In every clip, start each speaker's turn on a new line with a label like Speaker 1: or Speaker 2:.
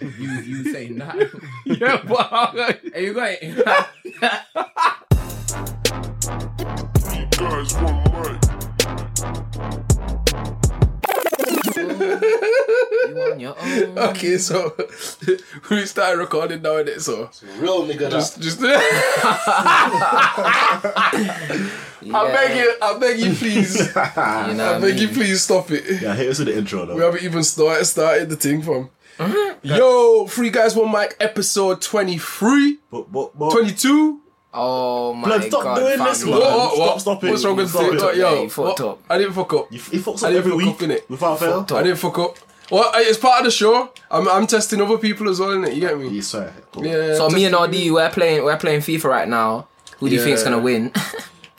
Speaker 1: You you say not.
Speaker 2: yeah, but
Speaker 1: Hey, you going?
Speaker 3: guys want money.
Speaker 1: you on your own?
Speaker 2: okay, so we start recording now, and it so
Speaker 4: Real nigga,
Speaker 2: just just. I beg you, I beg you, please.
Speaker 1: You know
Speaker 2: I
Speaker 1: what I
Speaker 2: beg you,
Speaker 1: mean?
Speaker 2: please stop it.
Speaker 4: Yeah, here's the intro though.
Speaker 2: We haven't even started started the thing from. Mm-hmm. Yo, Free Guys One Mic episode 23,
Speaker 4: but, but, but,
Speaker 2: 22.
Speaker 1: Oh my
Speaker 4: Blood, stop
Speaker 1: god!
Speaker 4: doing
Speaker 1: fam.
Speaker 4: this,
Speaker 2: What,
Speaker 4: man.
Speaker 2: what,
Speaker 4: stop,
Speaker 2: what?
Speaker 4: stop it.
Speaker 2: What's wrong with
Speaker 4: Stop
Speaker 2: it?
Speaker 4: it.
Speaker 2: Yo,
Speaker 1: Yeah, you fucked
Speaker 2: what?
Speaker 1: up.
Speaker 2: I didn't fuck up.
Speaker 4: You, he fucks
Speaker 2: I
Speaker 4: up
Speaker 2: didn't
Speaker 4: every
Speaker 2: fuck
Speaker 4: week
Speaker 2: up, innit?
Speaker 4: without fail.
Speaker 1: Fucked
Speaker 2: I didn't fuck up. Well, I- it's part of the show. I'm, I'm testing other people as well, innit? You get me?
Speaker 4: You swear. Cool.
Speaker 2: Yeah.
Speaker 1: So
Speaker 2: just-
Speaker 1: me and RD, we're playing we're playing FIFA right now. Who do you think's
Speaker 2: Yeah.
Speaker 1: gonna win?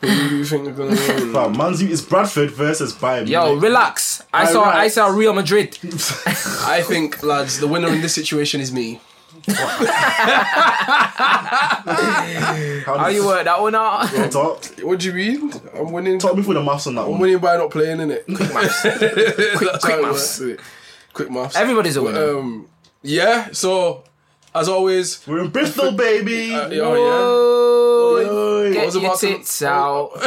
Speaker 2: Who do you think uh, is gonna win?
Speaker 4: Fam, Manzu is Bradford versus Bayern.
Speaker 1: Yo,
Speaker 4: Munich.
Speaker 1: relax. I saw
Speaker 4: Alright.
Speaker 1: I saw Real Madrid.
Speaker 2: I think, lads, the winner in this situation is me.
Speaker 4: How
Speaker 1: How
Speaker 4: does-
Speaker 1: you
Speaker 2: uh,
Speaker 1: work that one out?
Speaker 4: Talk,
Speaker 2: What do you mean? I'm winning.
Speaker 4: talk me through the maths on that
Speaker 2: I'm
Speaker 4: one.
Speaker 2: winning by not playing, innit? Quick maths. quick,
Speaker 1: quick maths.
Speaker 2: Quick maths.
Speaker 1: Everybody's a winner.
Speaker 2: Um, yeah. So, as always,
Speaker 4: We're in Bristol, baby.
Speaker 2: uh, oh,
Speaker 1: Whoa,
Speaker 4: Oi.
Speaker 1: Get
Speaker 2: What was
Speaker 1: your
Speaker 2: about to-
Speaker 1: tits out.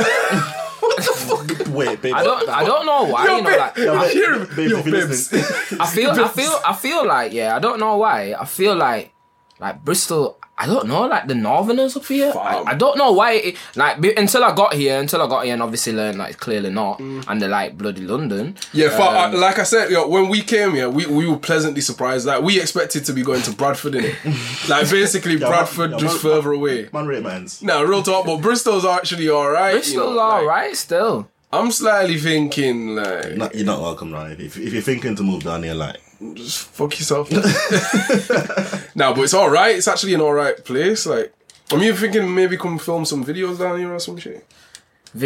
Speaker 4: Wait, baby.
Speaker 1: I don't I don't know why, you know, like
Speaker 4: Yeah,
Speaker 2: I
Speaker 4: babe,
Speaker 2: hear him.
Speaker 4: babe,
Speaker 2: Yo,
Speaker 4: if you're
Speaker 2: babes.
Speaker 4: listening.
Speaker 1: I feel, I feel, I feel like, yeah, I don't know why. I feel like, like Bristol. I don't know, like the Northerners up here. I,
Speaker 2: Fam.
Speaker 1: I don't know why. It, like be- until I got here, until I got here, and obviously learned like clearly not,
Speaker 2: Mm.
Speaker 1: and they're like bloody London.
Speaker 2: yeah. fa-
Speaker 4: Um,
Speaker 2: uh, like I said, yo, when we came here, we, we were pleasantly surprised. Like we expected to be going to Bradford, innit? like basically
Speaker 4: man-
Speaker 2: Bradford
Speaker 4: yeah,
Speaker 2: just
Speaker 4: man-
Speaker 2: further away.
Speaker 4: Man, rate my hands.
Speaker 2: Now, real talk, but Bristol's actually all right.
Speaker 1: Bristol's
Speaker 2: you know,
Speaker 1: all
Speaker 2: like,
Speaker 1: right still.
Speaker 2: I'm slightly thinking like
Speaker 4: No, you're not welcome, Ryan. If, if you're thinking to move down here, like,
Speaker 2: just fuck yourself. now, but it's all right. It's actually an all right place. Like I'm even thinking maybe come film some videos down here or some shit.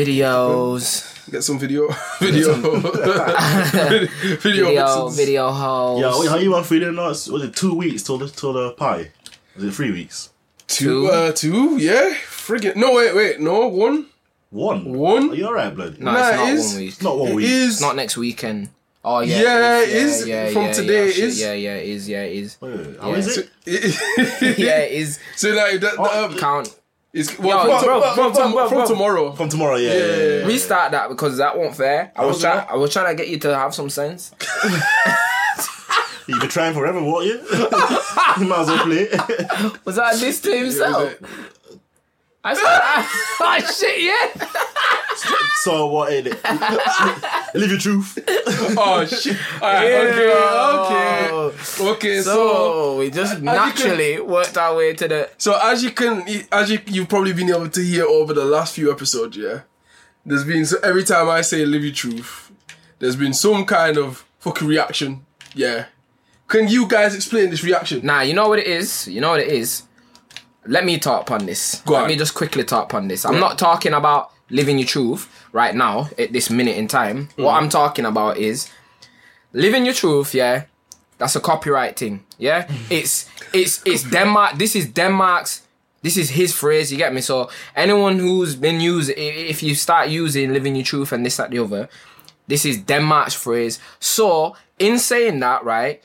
Speaker 1: Videos,
Speaker 2: Get some video, video, video, video,
Speaker 1: video,
Speaker 2: mixes.
Speaker 1: video holes.
Speaker 4: yeah, wait, how you on freedom now? It's, was it two weeks till the till the pie? Was it three weeks?
Speaker 2: Two, uh, two, yeah, friggin' no, wait, wait, no, one,
Speaker 4: One.
Speaker 2: One?
Speaker 4: Are you alright, blood?
Speaker 1: no,
Speaker 2: Nah,
Speaker 1: it's not
Speaker 2: it is-
Speaker 1: one week.
Speaker 4: It's not one
Speaker 2: It
Speaker 4: week.
Speaker 2: is
Speaker 1: It's not next weekend. Oh yeah,
Speaker 2: Yeah,
Speaker 1: it
Speaker 2: it is. From today,
Speaker 1: yeah,
Speaker 2: it
Speaker 1: shit,
Speaker 2: is.
Speaker 1: Yeah, yeah, it is. Yeah, it is.
Speaker 4: Wait, how
Speaker 1: Yeah.
Speaker 4: is it?
Speaker 1: yeah, it is.
Speaker 2: so like that. that um,
Speaker 1: Count.
Speaker 2: it's well,
Speaker 1: Yo,
Speaker 2: from,
Speaker 1: bro,
Speaker 2: to-
Speaker 1: bro,
Speaker 2: from, to-
Speaker 1: bro, bro,
Speaker 2: from
Speaker 1: bro.
Speaker 2: tomorrow.
Speaker 4: From tomorrow, yeah. yeah, yeah, yeah.
Speaker 1: Restart that because that wasn't fair. I was
Speaker 4: was
Speaker 1: trying.
Speaker 4: that?
Speaker 1: I was trying to get you to have some sense.
Speaker 4: You've been trying forever, won't you? you might as well play it.
Speaker 1: Was that a diss to himself? I said, I, oh, shit, yeah.
Speaker 4: so what in it? Live your truth.
Speaker 2: oh shit! All right, okay, okay, okay. so
Speaker 1: So we just
Speaker 2: you
Speaker 1: naturally worked our way to the.
Speaker 2: So as you can, as you you've probably been able to hear over the last few episodes, yeah. There's been so every time I say "Live Your Truth," there's been some kind of fucking reaction, yeah. Can you guys explain this reaction?
Speaker 1: Nah, you know what it is. You know what it is. Let me talk on this.
Speaker 2: Go
Speaker 1: Let
Speaker 2: on.
Speaker 1: me just quickly talk on this. I'm not talking about living your truth right now at this minute in time. What
Speaker 2: Mm-hmm.
Speaker 1: I'm talking about is living your truth. Yeah, that's a copyright thing. Yeah, it's it's it's Denmark. This is Denmark's. This is his phrase. You get me? So anyone who's been using, if you start using living your truth and this that the other, this is Denmark's phrase. So in saying that, right.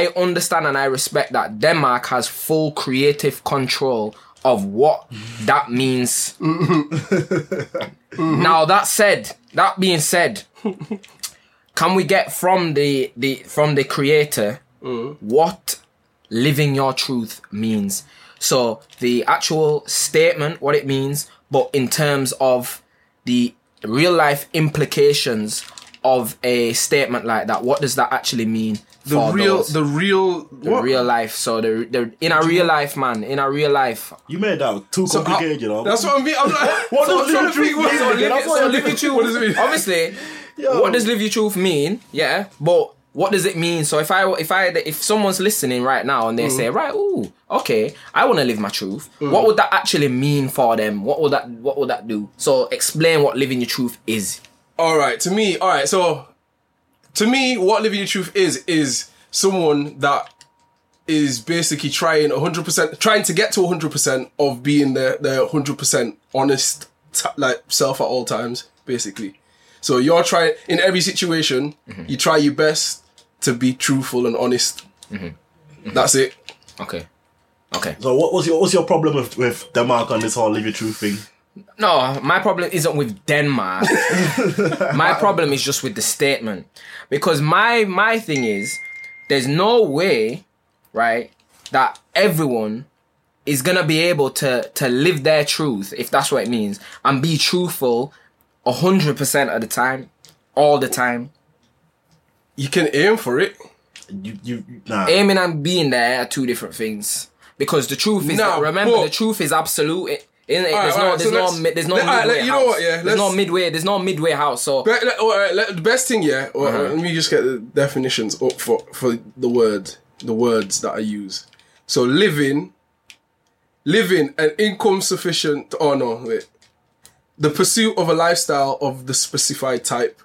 Speaker 1: I understand and I respect that Denmark has full creative control of what that means.
Speaker 2: Mm-hmm.
Speaker 1: Now that said, that being said, can we get from the the from the creator
Speaker 2: Mm.
Speaker 1: what living your truth means? So the actual statement, what it means, but in terms of the real life implications of a statement like that, what does that actually mean?
Speaker 2: The real,
Speaker 1: those?
Speaker 2: the real,
Speaker 1: the real life. So the the in a real life, man, in a real life.
Speaker 4: You made that too complicated, you know.
Speaker 2: That's what I'm. Be- I'm like,
Speaker 4: What
Speaker 2: so
Speaker 4: does
Speaker 2: I'm trying
Speaker 4: Live
Speaker 2: to think
Speaker 4: Your Truth
Speaker 2: what-
Speaker 4: mean?
Speaker 2: so live
Speaker 4: That's
Speaker 2: it-
Speaker 4: what
Speaker 2: so
Speaker 4: I'm
Speaker 2: live your truth. What does it mean?
Speaker 1: Obviously, what does live your truth mean? Yeah, but what does it mean? So if I if I if someone's listening right now
Speaker 2: Mm.
Speaker 1: and they say right, ooh, okay, I want to live my truth. What would that actually mean for them? What would that what would that do? So explain what living your truth is.
Speaker 2: All right, to me, all right. So, to me, what living your truth is is someone that is basically trying 100%, trying to get to 100% of being their their 100% honest t- like self at all times, basically. So you're trying in every situation, you try your best to be truthful and honest. That's it.
Speaker 1: Okay. Okay.
Speaker 4: So what, what's your what's your problem with with Denmark on this whole live your truth thing?
Speaker 1: No, my problem isn't with Denmark. my problem is just with the statement. Because my my thing is there's no way, right, that everyone is gonna be able to to live their truth, if that's what it means, and be truthful hundred percent of the time, all the time.
Speaker 2: You can aim for it.
Speaker 4: You you nah.
Speaker 1: Aiming and being there are two different things. Because the truth is
Speaker 2: Nah,
Speaker 1: that, remember
Speaker 2: but-
Speaker 1: the truth is absolute. It, isn't it?
Speaker 2: Alright,
Speaker 1: there's no,
Speaker 2: alright,
Speaker 1: there's
Speaker 2: so
Speaker 1: no,
Speaker 2: let's-
Speaker 1: mid, there's no
Speaker 2: let- alright,
Speaker 1: midway
Speaker 2: let- you
Speaker 1: house.
Speaker 2: know what, yeah,
Speaker 1: there's no
Speaker 2: let's-
Speaker 1: midway. There's no midway house. So
Speaker 2: But, like, all right, like, the best thing, yeah. Or,
Speaker 1: Uh-huh.
Speaker 2: Let me just get the definitions up for for the word, the words that I use. So living, living an income sufficient. Oh no, wait. The pursuit of a lifestyle of the specified type.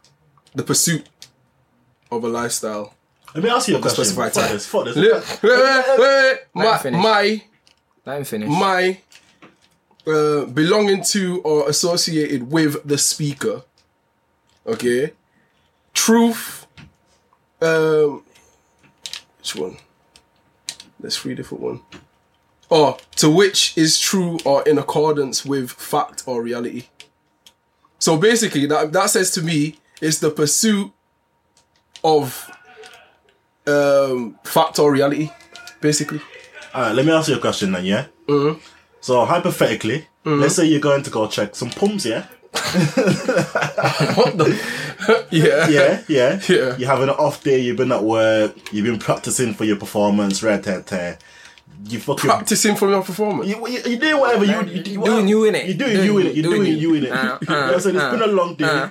Speaker 2: The pursuit of a lifestyle.
Speaker 4: Let me ask you a question.
Speaker 2: specify
Speaker 4: Fuck
Speaker 2: type.
Speaker 4: this. Fuck this.
Speaker 2: Li- wait, wait, wait, wait.
Speaker 1: me
Speaker 2: My,
Speaker 1: finish.
Speaker 2: my
Speaker 1: let him finish.
Speaker 2: my uh, belonging to or associated with the speaker. Okay, truth. Um, which one? There's three different one. Oh, to which is true or in accordance with fact or reality. So basically, that that says to me it's the pursuit of um, fact or reality. Basically,
Speaker 4: Alright, let me ask you a question then, yeah? Mm-hmm. So hypothetically, let's say you're going to go check some pumps, yeah?
Speaker 2: yeah.
Speaker 4: Yeah, yeah.
Speaker 2: Yeah.
Speaker 4: You're having an off day, you've been at work, you've been practicing for your performance, red tear tear. You fucking
Speaker 2: Practicing from your performance.
Speaker 4: You, you, you're doing whatever you, you, you
Speaker 1: Doing you innit?
Speaker 4: You're doing you in it. You're doing,
Speaker 1: Doing
Speaker 4: you in it.
Speaker 1: you. Uh,
Speaker 4: you know what I'm saying? It's been a long day.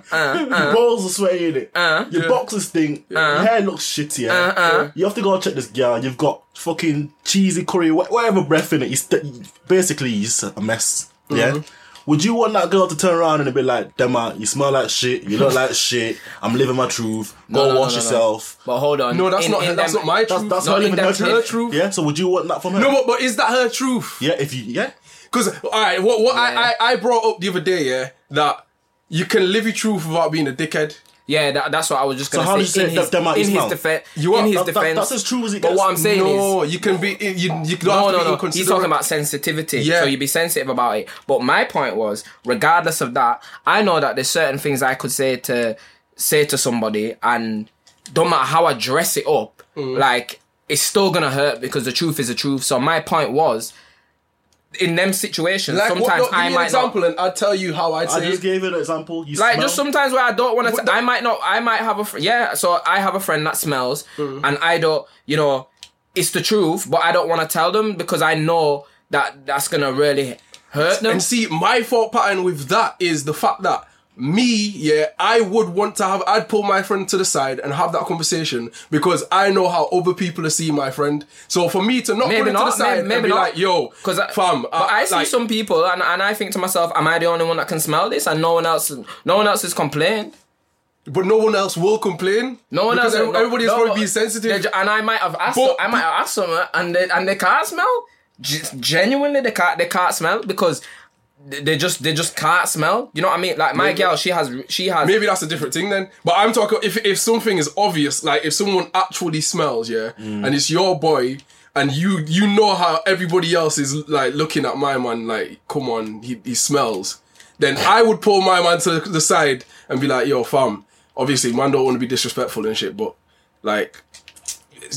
Speaker 4: your balls are sweaty in it. your box is stink. your hair looks shitty. Yeah? You have to go check this girl. You've got fucking cheesy curry, wh- whatever breath in it. You st- basically, you're just a mess. Yeah. Would you want that girl to turn around and be like, Dema, you smell like shit, you look like shit, I'm living my truth, go
Speaker 1: no, no,
Speaker 4: wash
Speaker 1: no, no.
Speaker 4: yourself.
Speaker 1: But hold on.
Speaker 2: No, that's
Speaker 1: In-
Speaker 2: not
Speaker 1: in
Speaker 2: that's
Speaker 1: them-
Speaker 2: not my
Speaker 4: That's,
Speaker 2: truth.
Speaker 4: that's
Speaker 1: No,
Speaker 4: her
Speaker 1: in
Speaker 4: living her
Speaker 1: that
Speaker 4: truth.
Speaker 1: her
Speaker 2: truth.
Speaker 4: Yeah, so would you want that from her?
Speaker 2: no, but, but is that her truth?
Speaker 4: yeah, if you, yeah.
Speaker 2: Because all right, what what
Speaker 1: Yeah.
Speaker 2: I, I I brought up the other day, yeah, that you can live your truth without being a dickhead.
Speaker 1: Yeah, that, that's what I was just gonna
Speaker 4: how
Speaker 1: say.
Speaker 4: did you
Speaker 1: in
Speaker 4: say
Speaker 1: his,
Speaker 4: them out
Speaker 1: in
Speaker 4: his
Speaker 1: his
Speaker 4: mouth?
Speaker 1: defense,
Speaker 2: You are-
Speaker 1: in his
Speaker 4: that- that-
Speaker 1: defense,
Speaker 4: that's as true as it
Speaker 1: But
Speaker 4: gets.
Speaker 1: what I'm saying is,
Speaker 2: No, you can be you you
Speaker 1: no,
Speaker 2: don't have to be
Speaker 1: no, no.
Speaker 2: inconsiderate.
Speaker 1: He's talking about sensitivity.
Speaker 2: Yeah.
Speaker 1: So you be sensitive about it. But my point was, regardless of that, I know that there's certain things I could say to say to somebody, and don't matter how I dress it up,
Speaker 2: Mm.
Speaker 1: like it's still gonna hurt because the truth is the truth. So my point was, in them situations,
Speaker 2: like
Speaker 1: sometimes
Speaker 2: what, no, give
Speaker 1: I
Speaker 2: me
Speaker 1: might
Speaker 2: an example, and I'll tell you how I'd
Speaker 4: I
Speaker 2: say.
Speaker 4: just
Speaker 2: it.
Speaker 4: gave you an example. You
Speaker 1: Like
Speaker 4: smell.
Speaker 1: just sometimes where I don't want to.
Speaker 2: the-
Speaker 1: I might not. I might have a fr- yeah. So I have a friend that smells, and I don't. You know, it's the truth, but I don't want to tell them because I know that that's gonna really hurt them.
Speaker 2: And see, my thought pattern with that is the fact that me, yeah, I would want to have, I'd pull my friend to the side and have that conversation because I know how other people are seeing my friend. So for me to not
Speaker 1: Maybe
Speaker 2: pull it to the
Speaker 1: not,
Speaker 2: side
Speaker 1: maybe- maybe
Speaker 2: and be
Speaker 1: not. uh,
Speaker 2: like, yo,
Speaker 1: Because
Speaker 2: fam,
Speaker 1: but I see
Speaker 2: like,
Speaker 1: some people, and, and I think to myself, am I the only one that can smell this? And no one else, no one else has complained.
Speaker 2: But no one else will complain.
Speaker 1: No one
Speaker 2: because
Speaker 1: else.
Speaker 2: every- Everybody is
Speaker 1: no,
Speaker 2: going to
Speaker 1: no,
Speaker 2: be
Speaker 1: they're
Speaker 2: sensitive.
Speaker 1: ju- And I might have asked.
Speaker 2: But-
Speaker 1: I might have asked someone, and they and they can't smell. G- genuinely, they can't. They can't smell because they they just they just can't smell. You know what I mean? Like my girl, she has she has.
Speaker 2: Maybe that's a different thing then. But I'm talking if if something is obvious, like if someone actually smells, yeah,
Speaker 1: Mm.
Speaker 2: and it's your boy, and you you know how everybody else is like looking at my man, like come on, he, he smells. Then I would pull my man to the side and be like, yo, fam. Obviously, man don't want to be disrespectful and shit, but like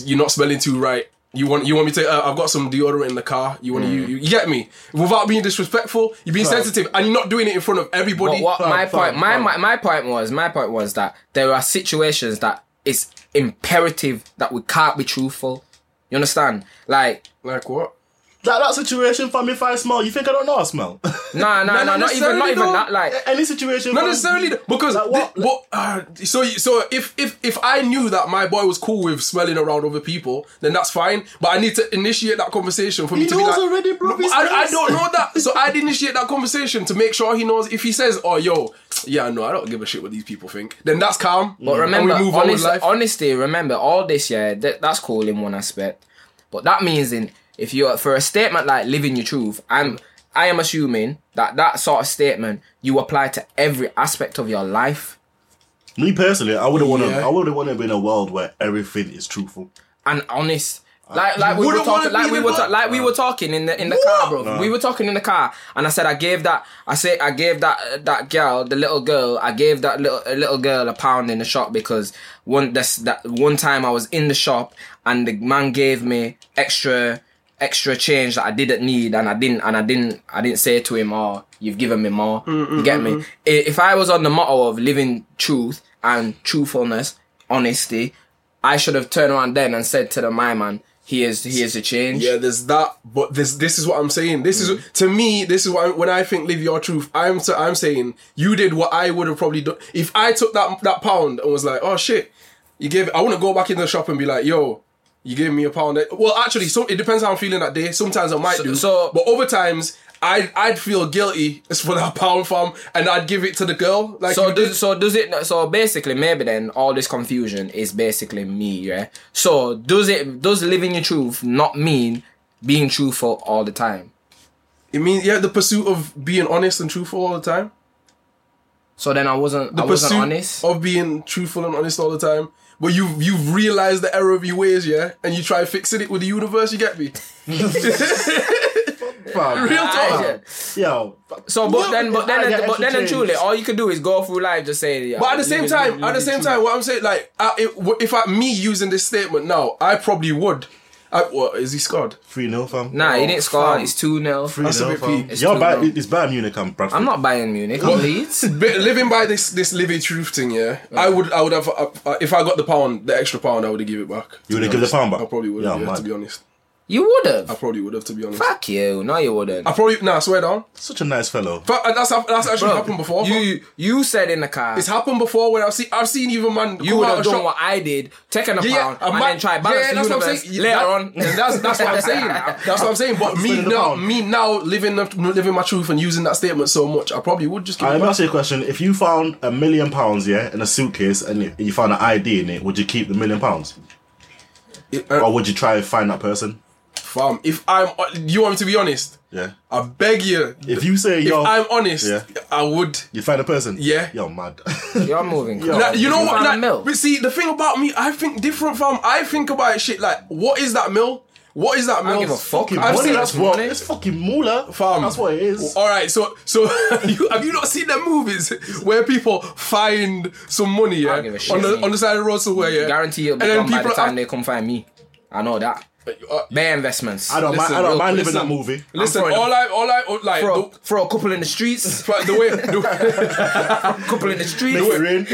Speaker 2: you're not smelling too right. You want you want me to? Uh, I've got some deodorant in the car. You want to?
Speaker 1: Mm.
Speaker 2: You, you get me? Without being disrespectful, you're being sensitive, and you're not doing it in front of everybody.
Speaker 1: But what my
Speaker 4: fam,
Speaker 1: point, my,
Speaker 4: fam.
Speaker 1: my my point was, my point was that there are situations that it's imperative that we can't be truthful. You understand? Like
Speaker 2: Like what?
Speaker 4: that, that situation, fam. If I smell, you think I don't know I smell?
Speaker 1: no, no, no, not even not
Speaker 2: necessarily
Speaker 1: even
Speaker 2: though.
Speaker 1: that. Like
Speaker 4: Any situation,
Speaker 2: Not
Speaker 4: fam,
Speaker 2: necessarily th- because
Speaker 4: Um, Like what?
Speaker 2: thi- what- uh, so you- so if if if I knew that my boy was cool with smelling around other people, then that's fine. But I need to initiate that conversation for me
Speaker 4: He
Speaker 2: to be
Speaker 4: knows
Speaker 2: like,
Speaker 4: already, bro,
Speaker 2: No,
Speaker 4: he
Speaker 2: I, I
Speaker 4: smells.
Speaker 2: don't know that, so I'd initiate that conversation to make sure he knows. If he says, "Oh, yo, yeah, no, I don't give a shit what these people think," then that's calm.
Speaker 1: But remember,
Speaker 2: and we move on with
Speaker 1: honest,
Speaker 2: life.
Speaker 1: honestly, remember all this. Yeah, that, that's cool in one aspect, but that means in if you're for a statement like living your truth, I'm I am assuming that that sort of statement you apply to every aspect of your life,
Speaker 4: Me personally, I wouldn't want to.
Speaker 2: Yeah.
Speaker 4: I wouldn't want to be in a world where everything is truthful.
Speaker 1: and honest Like like we were
Speaker 2: Uh, wouldn't wanna
Speaker 1: talking like
Speaker 2: be
Speaker 1: we
Speaker 2: the
Speaker 1: were ta-
Speaker 2: one-
Speaker 1: like we were talking in the in the car, bro. We were talking in the car, and I said I gave that I say I gave that uh, that girl the little girl I gave that little a little girl a pound in the shop because one that's that one time I was in the shop and the man gave me extra extra change that I didn't need and I didn't and I didn't I didn't say to him oh you've given me more you get me I- if I was on the motto of living truth and truthfulness honesty I should have turned around then and said to the my man, here's here's the change.
Speaker 2: Yeah, there's that, but this this is what I'm saying. This
Speaker 1: Mm.
Speaker 2: is to me. This is what I, when I think live your truth. I'm so I'm saying you did what I would have probably done if I took that that pound and was like, oh shit, you gave. I wouldn't go back in the shop and be like, yo, you gave me a pound. Well, actually, so it depends how I'm feeling that day. Sometimes I might do,
Speaker 1: so-
Speaker 2: but other times. I'd, I'd feel guilty for that pound farm and I'd give it to the girl. Like
Speaker 1: So
Speaker 2: you did.
Speaker 1: does, so does it? So basically, maybe then all this confusion is basically me, yeah. So does it? Does living your truth not mean being truthful all the time?
Speaker 2: It means yeah, the pursuit of being honest and truthful all the time.
Speaker 1: So then I wasn't. I wasn't
Speaker 2: pursuit
Speaker 1: honest.
Speaker 2: of being truthful and honest all the time. But you've you've realized the error of your ways, yeah, and you try fixing it with the universe. You get me?
Speaker 4: Fam.
Speaker 2: Real talk.
Speaker 1: yeah.
Speaker 4: Yo.
Speaker 1: So, but
Speaker 2: No,
Speaker 1: then, but
Speaker 4: I
Speaker 1: then,
Speaker 4: get
Speaker 1: but
Speaker 4: extra
Speaker 1: then, and
Speaker 4: change.
Speaker 1: truly, all you could do is go through life just saying. Yeah,
Speaker 2: But at the same time, at the same time, what I'm saying, like, I, it, w- if I me using this statement now, I probably would. I, what is he scarred?
Speaker 4: 3 0, fam.
Speaker 1: Nah, he didn't score.
Speaker 2: fam.
Speaker 1: It's two 0
Speaker 2: oh- That's a bit peak.
Speaker 4: It's You're by,
Speaker 1: 2-0.
Speaker 4: it's Bayern Munich and Bradford.
Speaker 1: I'm not buying Munich. I'm Leeds.
Speaker 2: But living by this this living truth thing, yeah, I would I would have uh, uh, if I got the pound, the extra pound, I would have give it back.
Speaker 4: You would have given the pound back?
Speaker 2: I probably would
Speaker 4: Yeah,
Speaker 2: have, yeah,
Speaker 4: mad.
Speaker 2: to be honest.
Speaker 1: You would have.
Speaker 2: I probably would have, to be honest.
Speaker 1: Fuck you. No, you wouldn't.
Speaker 2: I probably nah, swear down.
Speaker 4: Such a nice fellow.
Speaker 2: But uh, that's that's actually
Speaker 1: Bro,
Speaker 2: happened before.
Speaker 1: You you said in the car.
Speaker 2: It's happened before when I've seen I've seen even man
Speaker 1: you
Speaker 2: come
Speaker 1: would
Speaker 2: out
Speaker 1: have
Speaker 2: of
Speaker 1: done
Speaker 2: shop-
Speaker 1: what I did, taken a
Speaker 2: Yeah, yeah,
Speaker 1: pound and
Speaker 2: might-
Speaker 1: then try balance
Speaker 2: yeah,
Speaker 1: the
Speaker 2: that's what I'm
Speaker 1: universe
Speaker 2: saying.
Speaker 1: later
Speaker 2: That-
Speaker 1: on.
Speaker 2: That's that's what I'm saying. That's what I'm saying. But me
Speaker 4: Spinning the
Speaker 2: now,
Speaker 4: pound.
Speaker 2: me now living the- living my truth and using that statement so much, I probably would just. Give it
Speaker 4: I Uh, let me
Speaker 2: back.
Speaker 4: ask you a question. If you found a million pounds, yeah, in a suitcase and you- you found an ID in it, would you keep the million pounds?
Speaker 2: It- uh,
Speaker 4: Or would you try and find that person?
Speaker 2: fam, if I'm, uh, you want me to be honest?
Speaker 4: Yeah.
Speaker 2: I beg you. If
Speaker 4: If you say, yo,
Speaker 2: I'm honest,
Speaker 4: Yeah.
Speaker 2: I would.
Speaker 4: you find a person?
Speaker 2: Yeah.
Speaker 4: You're mad.
Speaker 1: You're moving.
Speaker 4: Yo.
Speaker 2: Like, you know
Speaker 1: You
Speaker 2: what?
Speaker 1: found a
Speaker 2: Like,
Speaker 1: mill.
Speaker 2: But see, the thing about me, I think different, fam. I think about shit like, what is that mill? What is that mill?
Speaker 1: give a fuck.
Speaker 4: fucking
Speaker 1: I've
Speaker 4: money,
Speaker 1: seen
Speaker 4: that's
Speaker 1: this
Speaker 4: what.
Speaker 1: money.
Speaker 4: It's fucking moolah.
Speaker 2: Fam.
Speaker 4: That's what it is.
Speaker 2: All right, so so you, have you not seen the movies where people find some money yeah,
Speaker 1: don't give a shit,
Speaker 2: on the
Speaker 1: me.
Speaker 2: on the side of the road somewhere? Yeah,
Speaker 1: Guarantee you'll be
Speaker 2: And then
Speaker 1: gone by the
Speaker 2: people are-
Speaker 1: time they come find me. I know that.
Speaker 2: uh,
Speaker 1: Bare investments.
Speaker 4: I don't,
Speaker 2: listen,
Speaker 4: mind, I don't
Speaker 2: look,
Speaker 4: mind living
Speaker 2: listen.
Speaker 4: that movie.
Speaker 2: Listen,
Speaker 1: throwing
Speaker 2: all I all I oh, like
Speaker 1: Throw,
Speaker 2: the,
Speaker 1: throw a couple in the streets,
Speaker 2: but the way the,
Speaker 1: couple in the streets.
Speaker 4: Make it rain.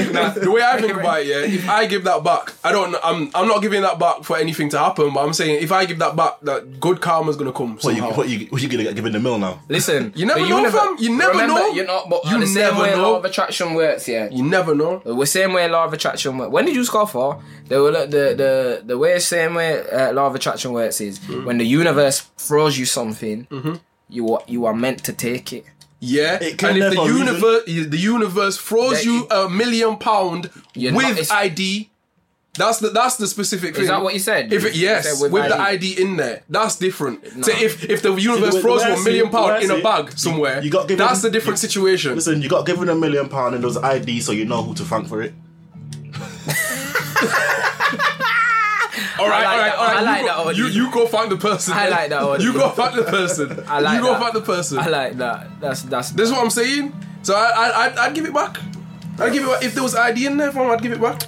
Speaker 2: the way I think about it, yeah, if I give that back, I don't. I'm I'm not giving that back for anything to happen. But I'm saying if I give that back, that good karma's gonna come.
Speaker 4: What you,
Speaker 2: somehow.
Speaker 4: what you, what you gonna get given the mill now?
Speaker 1: Listen,
Speaker 2: You never
Speaker 1: the
Speaker 2: know,
Speaker 1: universe-
Speaker 2: fam. You never
Speaker 1: remember,
Speaker 2: know.
Speaker 1: You know, but
Speaker 2: You
Speaker 1: you the same
Speaker 2: never
Speaker 1: way
Speaker 2: know.
Speaker 1: law of attraction works. Yeah,
Speaker 2: you never know.
Speaker 1: The same way law of attraction works. When did you score for? The the the the way same way uh, law of attraction works is
Speaker 2: Mm-hmm.
Speaker 1: when the universe throws you something, you are you are meant to take it.
Speaker 2: Yeah,
Speaker 4: It can
Speaker 2: and if the
Speaker 4: never reason.
Speaker 2: universe the universe throws
Speaker 1: That-
Speaker 2: you a million pound
Speaker 1: You're not-
Speaker 2: with
Speaker 1: it's-
Speaker 2: ID, that's the that's the specific thing.
Speaker 1: that what you said?
Speaker 2: If it,
Speaker 1: You
Speaker 2: yes,
Speaker 1: said
Speaker 2: with,
Speaker 1: with
Speaker 2: the
Speaker 1: ID.
Speaker 2: ID in there, that's different. So if if the universe
Speaker 4: See, the way-
Speaker 2: throws
Speaker 4: the
Speaker 2: you
Speaker 4: way
Speaker 2: a
Speaker 4: I
Speaker 2: million
Speaker 4: see it, the way
Speaker 2: pound
Speaker 4: I
Speaker 2: in
Speaker 4: see
Speaker 2: a
Speaker 4: it,
Speaker 2: bag somewhere,
Speaker 4: you got given-
Speaker 2: that's the different
Speaker 4: you-
Speaker 2: situation.
Speaker 4: Listen, you got given a million pound and those ID, so you know who to thank for it.
Speaker 2: all right,
Speaker 1: I
Speaker 2: all
Speaker 1: like
Speaker 2: right, all right.
Speaker 1: that- I
Speaker 2: you
Speaker 1: like
Speaker 2: go,
Speaker 1: that
Speaker 2: You
Speaker 1: one.
Speaker 2: you go find the person.
Speaker 1: I like that one.
Speaker 2: You go find the person.
Speaker 1: I like
Speaker 2: You go
Speaker 1: that.
Speaker 2: find the person.
Speaker 1: I like that. That's that's.
Speaker 2: This is what I'm saying. So I I I'd, I'd give it back. I'd give it back if there was ID in there. fam, I'd give it back.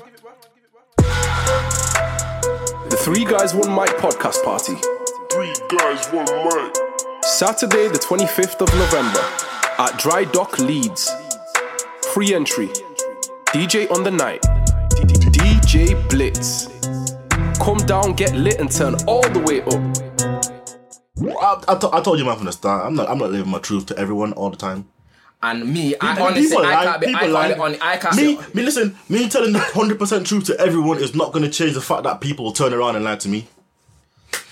Speaker 2: The Three Guys One Mic podcast party.
Speaker 3: Three guys, one mic.
Speaker 2: Saturday, the 25th of November, at Dry Dock Leeds. Free entry. DJ on the night. DJ Blitz. Come down, get lit, and turn all the way up.
Speaker 4: I, I, to- I told you man from the start. I'm not. I'm not living my truth to everyone all the time.
Speaker 1: and me, I honestly, I can't be. I can't. On, I can't.
Speaker 4: me, me, listen. Me telling the hundred percent truth to everyone is not going to change the fact that people turn around and lie to me.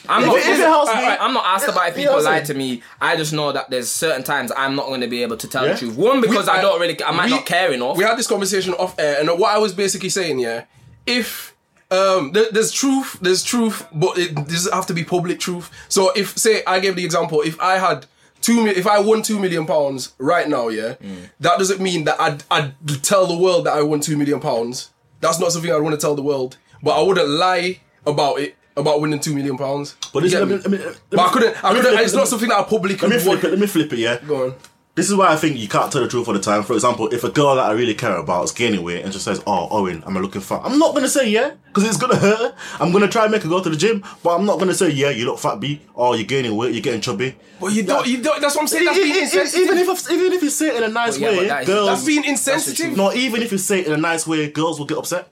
Speaker 1: I'm
Speaker 4: If
Speaker 1: not,
Speaker 4: it- if it helps me-
Speaker 1: I'm not asked about if
Speaker 4: it
Speaker 1: people
Speaker 4: helps
Speaker 1: lie
Speaker 4: me.
Speaker 1: to me. I just know that there's certain times I'm not going to be able to tell
Speaker 4: Yeah.
Speaker 1: the truth. One because
Speaker 2: We-
Speaker 1: I don't really, I might
Speaker 2: we-
Speaker 1: not care enough.
Speaker 2: We had this conversation off air, and what I was basically saying, yeah, if um, there, there's truth, there's truth, but it doesn't have to be public truth. So if, say, I gave the example, if I had two, mi- if I won two million pounds right now, yeah,
Speaker 4: Mm.
Speaker 2: that doesn't mean that I'd, I'd tell the world that I won two million pounds. That's not something I'd want to tell the world, but I wouldn't lie about it. about winning two million pounds.
Speaker 4: But this,
Speaker 2: You get
Speaker 4: let me,
Speaker 2: me?
Speaker 4: let me, let
Speaker 2: But I
Speaker 4: me-
Speaker 2: couldn't. I
Speaker 4: let me
Speaker 2: couldn't.
Speaker 4: flip-
Speaker 2: It's not something that I publicly
Speaker 4: Let me
Speaker 2: would
Speaker 4: flip
Speaker 2: want.
Speaker 4: it. Let me flip it. Yeah.
Speaker 2: Go on.
Speaker 4: This is why I think you can't tell the truth all the time. For example, if a girl that I really care about is gaining weight and just says, "Oh, Owen, I'm looking fat," I'm not gonna say yeah because it's gonna hurt. her. I'm gonna try and make her go to the gym, but I'm not gonna say yeah. You look fat, B. Oh, you're gaining weight. You're getting chubby.
Speaker 2: But you don't. You don't. That's what I'm saying.
Speaker 4: E-
Speaker 2: That's
Speaker 4: e-
Speaker 2: being
Speaker 4: e- e- even
Speaker 2: insensitive.
Speaker 4: if I've- even if you say it in a nice
Speaker 1: Well, yeah,
Speaker 4: way,
Speaker 1: but that is-
Speaker 4: girls.
Speaker 2: That's being
Speaker 1: the
Speaker 2: insensitive.
Speaker 1: truth.
Speaker 4: no, even if you say it in a nice way, girls will get upset.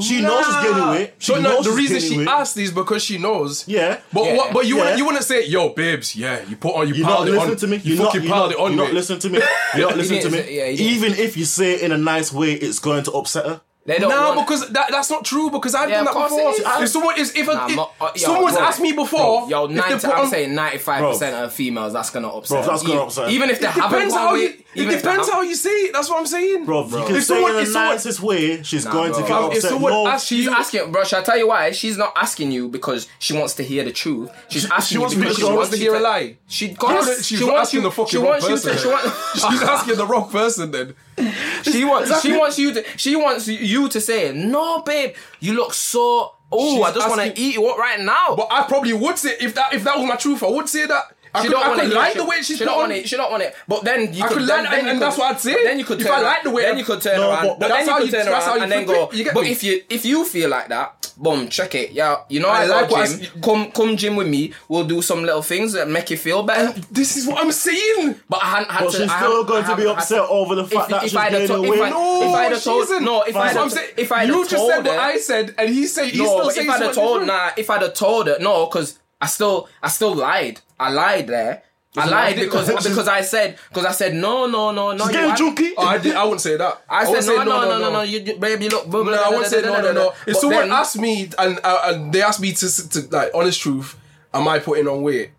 Speaker 4: She knows she's gaining
Speaker 2: Nah.
Speaker 4: weight. She
Speaker 2: But no,
Speaker 4: knows
Speaker 2: the
Speaker 4: she's
Speaker 2: reason
Speaker 4: gaining
Speaker 2: she
Speaker 4: weight.
Speaker 2: asked is because she knows.
Speaker 4: Yeah.
Speaker 2: But
Speaker 1: Yeah.
Speaker 2: what? But you
Speaker 4: Yeah.
Speaker 2: wouldn't. You wouldn't say, "Yo, babes, yeah, you put on, you
Speaker 4: You're not
Speaker 2: piled it on,
Speaker 4: listening to me.
Speaker 2: you
Speaker 4: You're not,
Speaker 2: fucking
Speaker 4: you're
Speaker 2: piled
Speaker 4: not,
Speaker 2: it on,
Speaker 4: you're not
Speaker 2: mate."
Speaker 4: listening to me. You're not listening to
Speaker 1: did,
Speaker 4: me.
Speaker 1: yeah, he did.
Speaker 4: Even if you say it in a nice way, it's going to upset her.
Speaker 1: They don't
Speaker 2: Nah,
Speaker 1: want-
Speaker 2: because that, that's not true. Because I've
Speaker 1: Yeah,
Speaker 2: done
Speaker 1: of
Speaker 2: that
Speaker 1: course
Speaker 2: before.
Speaker 1: it is.
Speaker 2: If someone is, if,
Speaker 1: Nah,
Speaker 2: a, if
Speaker 1: mo- uh, yo,
Speaker 2: someone's
Speaker 1: bro.
Speaker 2: asked me before,
Speaker 1: Bro, yo,
Speaker 2: if they
Speaker 1: 90,
Speaker 2: put
Speaker 1: I'm
Speaker 2: on-
Speaker 1: saying ninety-five percent
Speaker 4: Bro.
Speaker 1: of females that's gonna upset.
Speaker 4: Bro, that's gonna
Speaker 1: E-
Speaker 4: upset.
Speaker 1: Even if they
Speaker 2: it
Speaker 1: haven't
Speaker 2: depends
Speaker 1: gone
Speaker 2: how
Speaker 1: away,
Speaker 2: you. It
Speaker 1: even if they
Speaker 2: depends
Speaker 1: haven't-
Speaker 2: how you say it. That's what I'm saying,
Speaker 4: Bro, you can
Speaker 2: If
Speaker 4: say
Speaker 2: someone,
Speaker 4: it in
Speaker 2: if
Speaker 4: a
Speaker 2: someone,
Speaker 4: nicest way, she's going to
Speaker 1: bro.
Speaker 4: get
Speaker 1: Fam,
Speaker 2: if
Speaker 4: upset.
Speaker 2: someone
Speaker 4: no,
Speaker 2: asks
Speaker 1: She's
Speaker 2: you,
Speaker 1: asking, bro. Shall I tell you why? She's not asking you because she wants to hear the truth. She's asking
Speaker 2: wants
Speaker 1: you because
Speaker 2: to-
Speaker 1: she, wants to hear
Speaker 2: a lie.
Speaker 1: She, of
Speaker 2: Bro,
Speaker 1: course,
Speaker 2: she's
Speaker 1: she wants
Speaker 2: asking
Speaker 1: you.
Speaker 2: the fucking
Speaker 1: she
Speaker 2: wrong
Speaker 1: wants you
Speaker 2: person.
Speaker 1: to. She wants.
Speaker 2: she's asking the wrong person. Then
Speaker 1: She wants. She wants you to. She wants you to say, "No, babe, you look so. Oh,
Speaker 2: She's
Speaker 1: I just want to
Speaker 2: asking-
Speaker 1: eat you up right now."
Speaker 2: But I probably would say if that if that was my truth, I would say that. I
Speaker 1: she
Speaker 2: could,
Speaker 1: don't
Speaker 2: I
Speaker 1: want
Speaker 2: could
Speaker 1: it.
Speaker 2: like
Speaker 1: she,
Speaker 2: the way she's
Speaker 1: she
Speaker 2: put
Speaker 1: don't
Speaker 2: on.
Speaker 1: want it. She don't want it. But then you
Speaker 2: I
Speaker 1: could,
Speaker 2: could
Speaker 1: then,
Speaker 2: like-
Speaker 1: then
Speaker 2: and-
Speaker 1: you
Speaker 2: and
Speaker 1: could-
Speaker 2: that's what I'd say.
Speaker 1: Then you could
Speaker 2: If
Speaker 1: turn
Speaker 2: I
Speaker 1: around-
Speaker 2: like the way-
Speaker 1: then you could turn
Speaker 2: No,
Speaker 1: around.
Speaker 2: but- but
Speaker 1: But
Speaker 2: that's
Speaker 1: then you
Speaker 2: how
Speaker 1: could
Speaker 2: you-
Speaker 1: turn
Speaker 2: that's how
Speaker 1: around
Speaker 2: you
Speaker 1: and then
Speaker 2: flip
Speaker 1: go.
Speaker 2: it. You get
Speaker 1: But
Speaker 2: me?
Speaker 1: if you if you feel like that, boom, check it. Yeah, you know I,
Speaker 2: I like
Speaker 1: like
Speaker 2: what I
Speaker 1: gym.
Speaker 2: s-
Speaker 1: Come come gym with me. We'll do some little things that make you feel better.
Speaker 2: This is what I'm saying.
Speaker 1: But I hadn't had
Speaker 4: But
Speaker 1: to.
Speaker 4: she's
Speaker 1: I
Speaker 4: still
Speaker 1: hadn't-
Speaker 4: going
Speaker 1: I
Speaker 4: to be
Speaker 1: haven't had
Speaker 4: upset over the fact
Speaker 1: If-
Speaker 4: that
Speaker 1: if
Speaker 4: she's
Speaker 1: I'd have
Speaker 4: gaining
Speaker 1: told- if
Speaker 4: weight.
Speaker 1: I- if I'd have
Speaker 2: she
Speaker 1: told-
Speaker 2: isn't.
Speaker 1: no, if
Speaker 2: That's
Speaker 1: I'd
Speaker 2: what
Speaker 1: have-
Speaker 2: I'm saying.
Speaker 1: if I'd
Speaker 2: you
Speaker 1: have
Speaker 2: just said
Speaker 1: told
Speaker 2: what
Speaker 1: her-
Speaker 2: I said, and he said he's
Speaker 1: No,
Speaker 2: still
Speaker 1: but
Speaker 2: saying
Speaker 1: if I'd have
Speaker 2: something
Speaker 1: told,
Speaker 2: different.
Speaker 1: nah, if I'd have told her, no, because I still, I still lied. I lied there. I
Speaker 2: lie,
Speaker 1: lied
Speaker 2: didn't
Speaker 1: because
Speaker 2: you?
Speaker 1: because I said because I said no no no no.
Speaker 4: She's
Speaker 1: you
Speaker 4: getting
Speaker 1: had-
Speaker 4: chunky.
Speaker 2: Oh, I, did, I wouldn't say that.
Speaker 1: I
Speaker 2: would
Speaker 1: said
Speaker 2: say
Speaker 1: no no no no no. You, you, babe, you look. No,
Speaker 2: No, I wouldn't say no, no, no. If someone asked me and uh, and they asked me to, s- to like honest truth, am I putting on weight,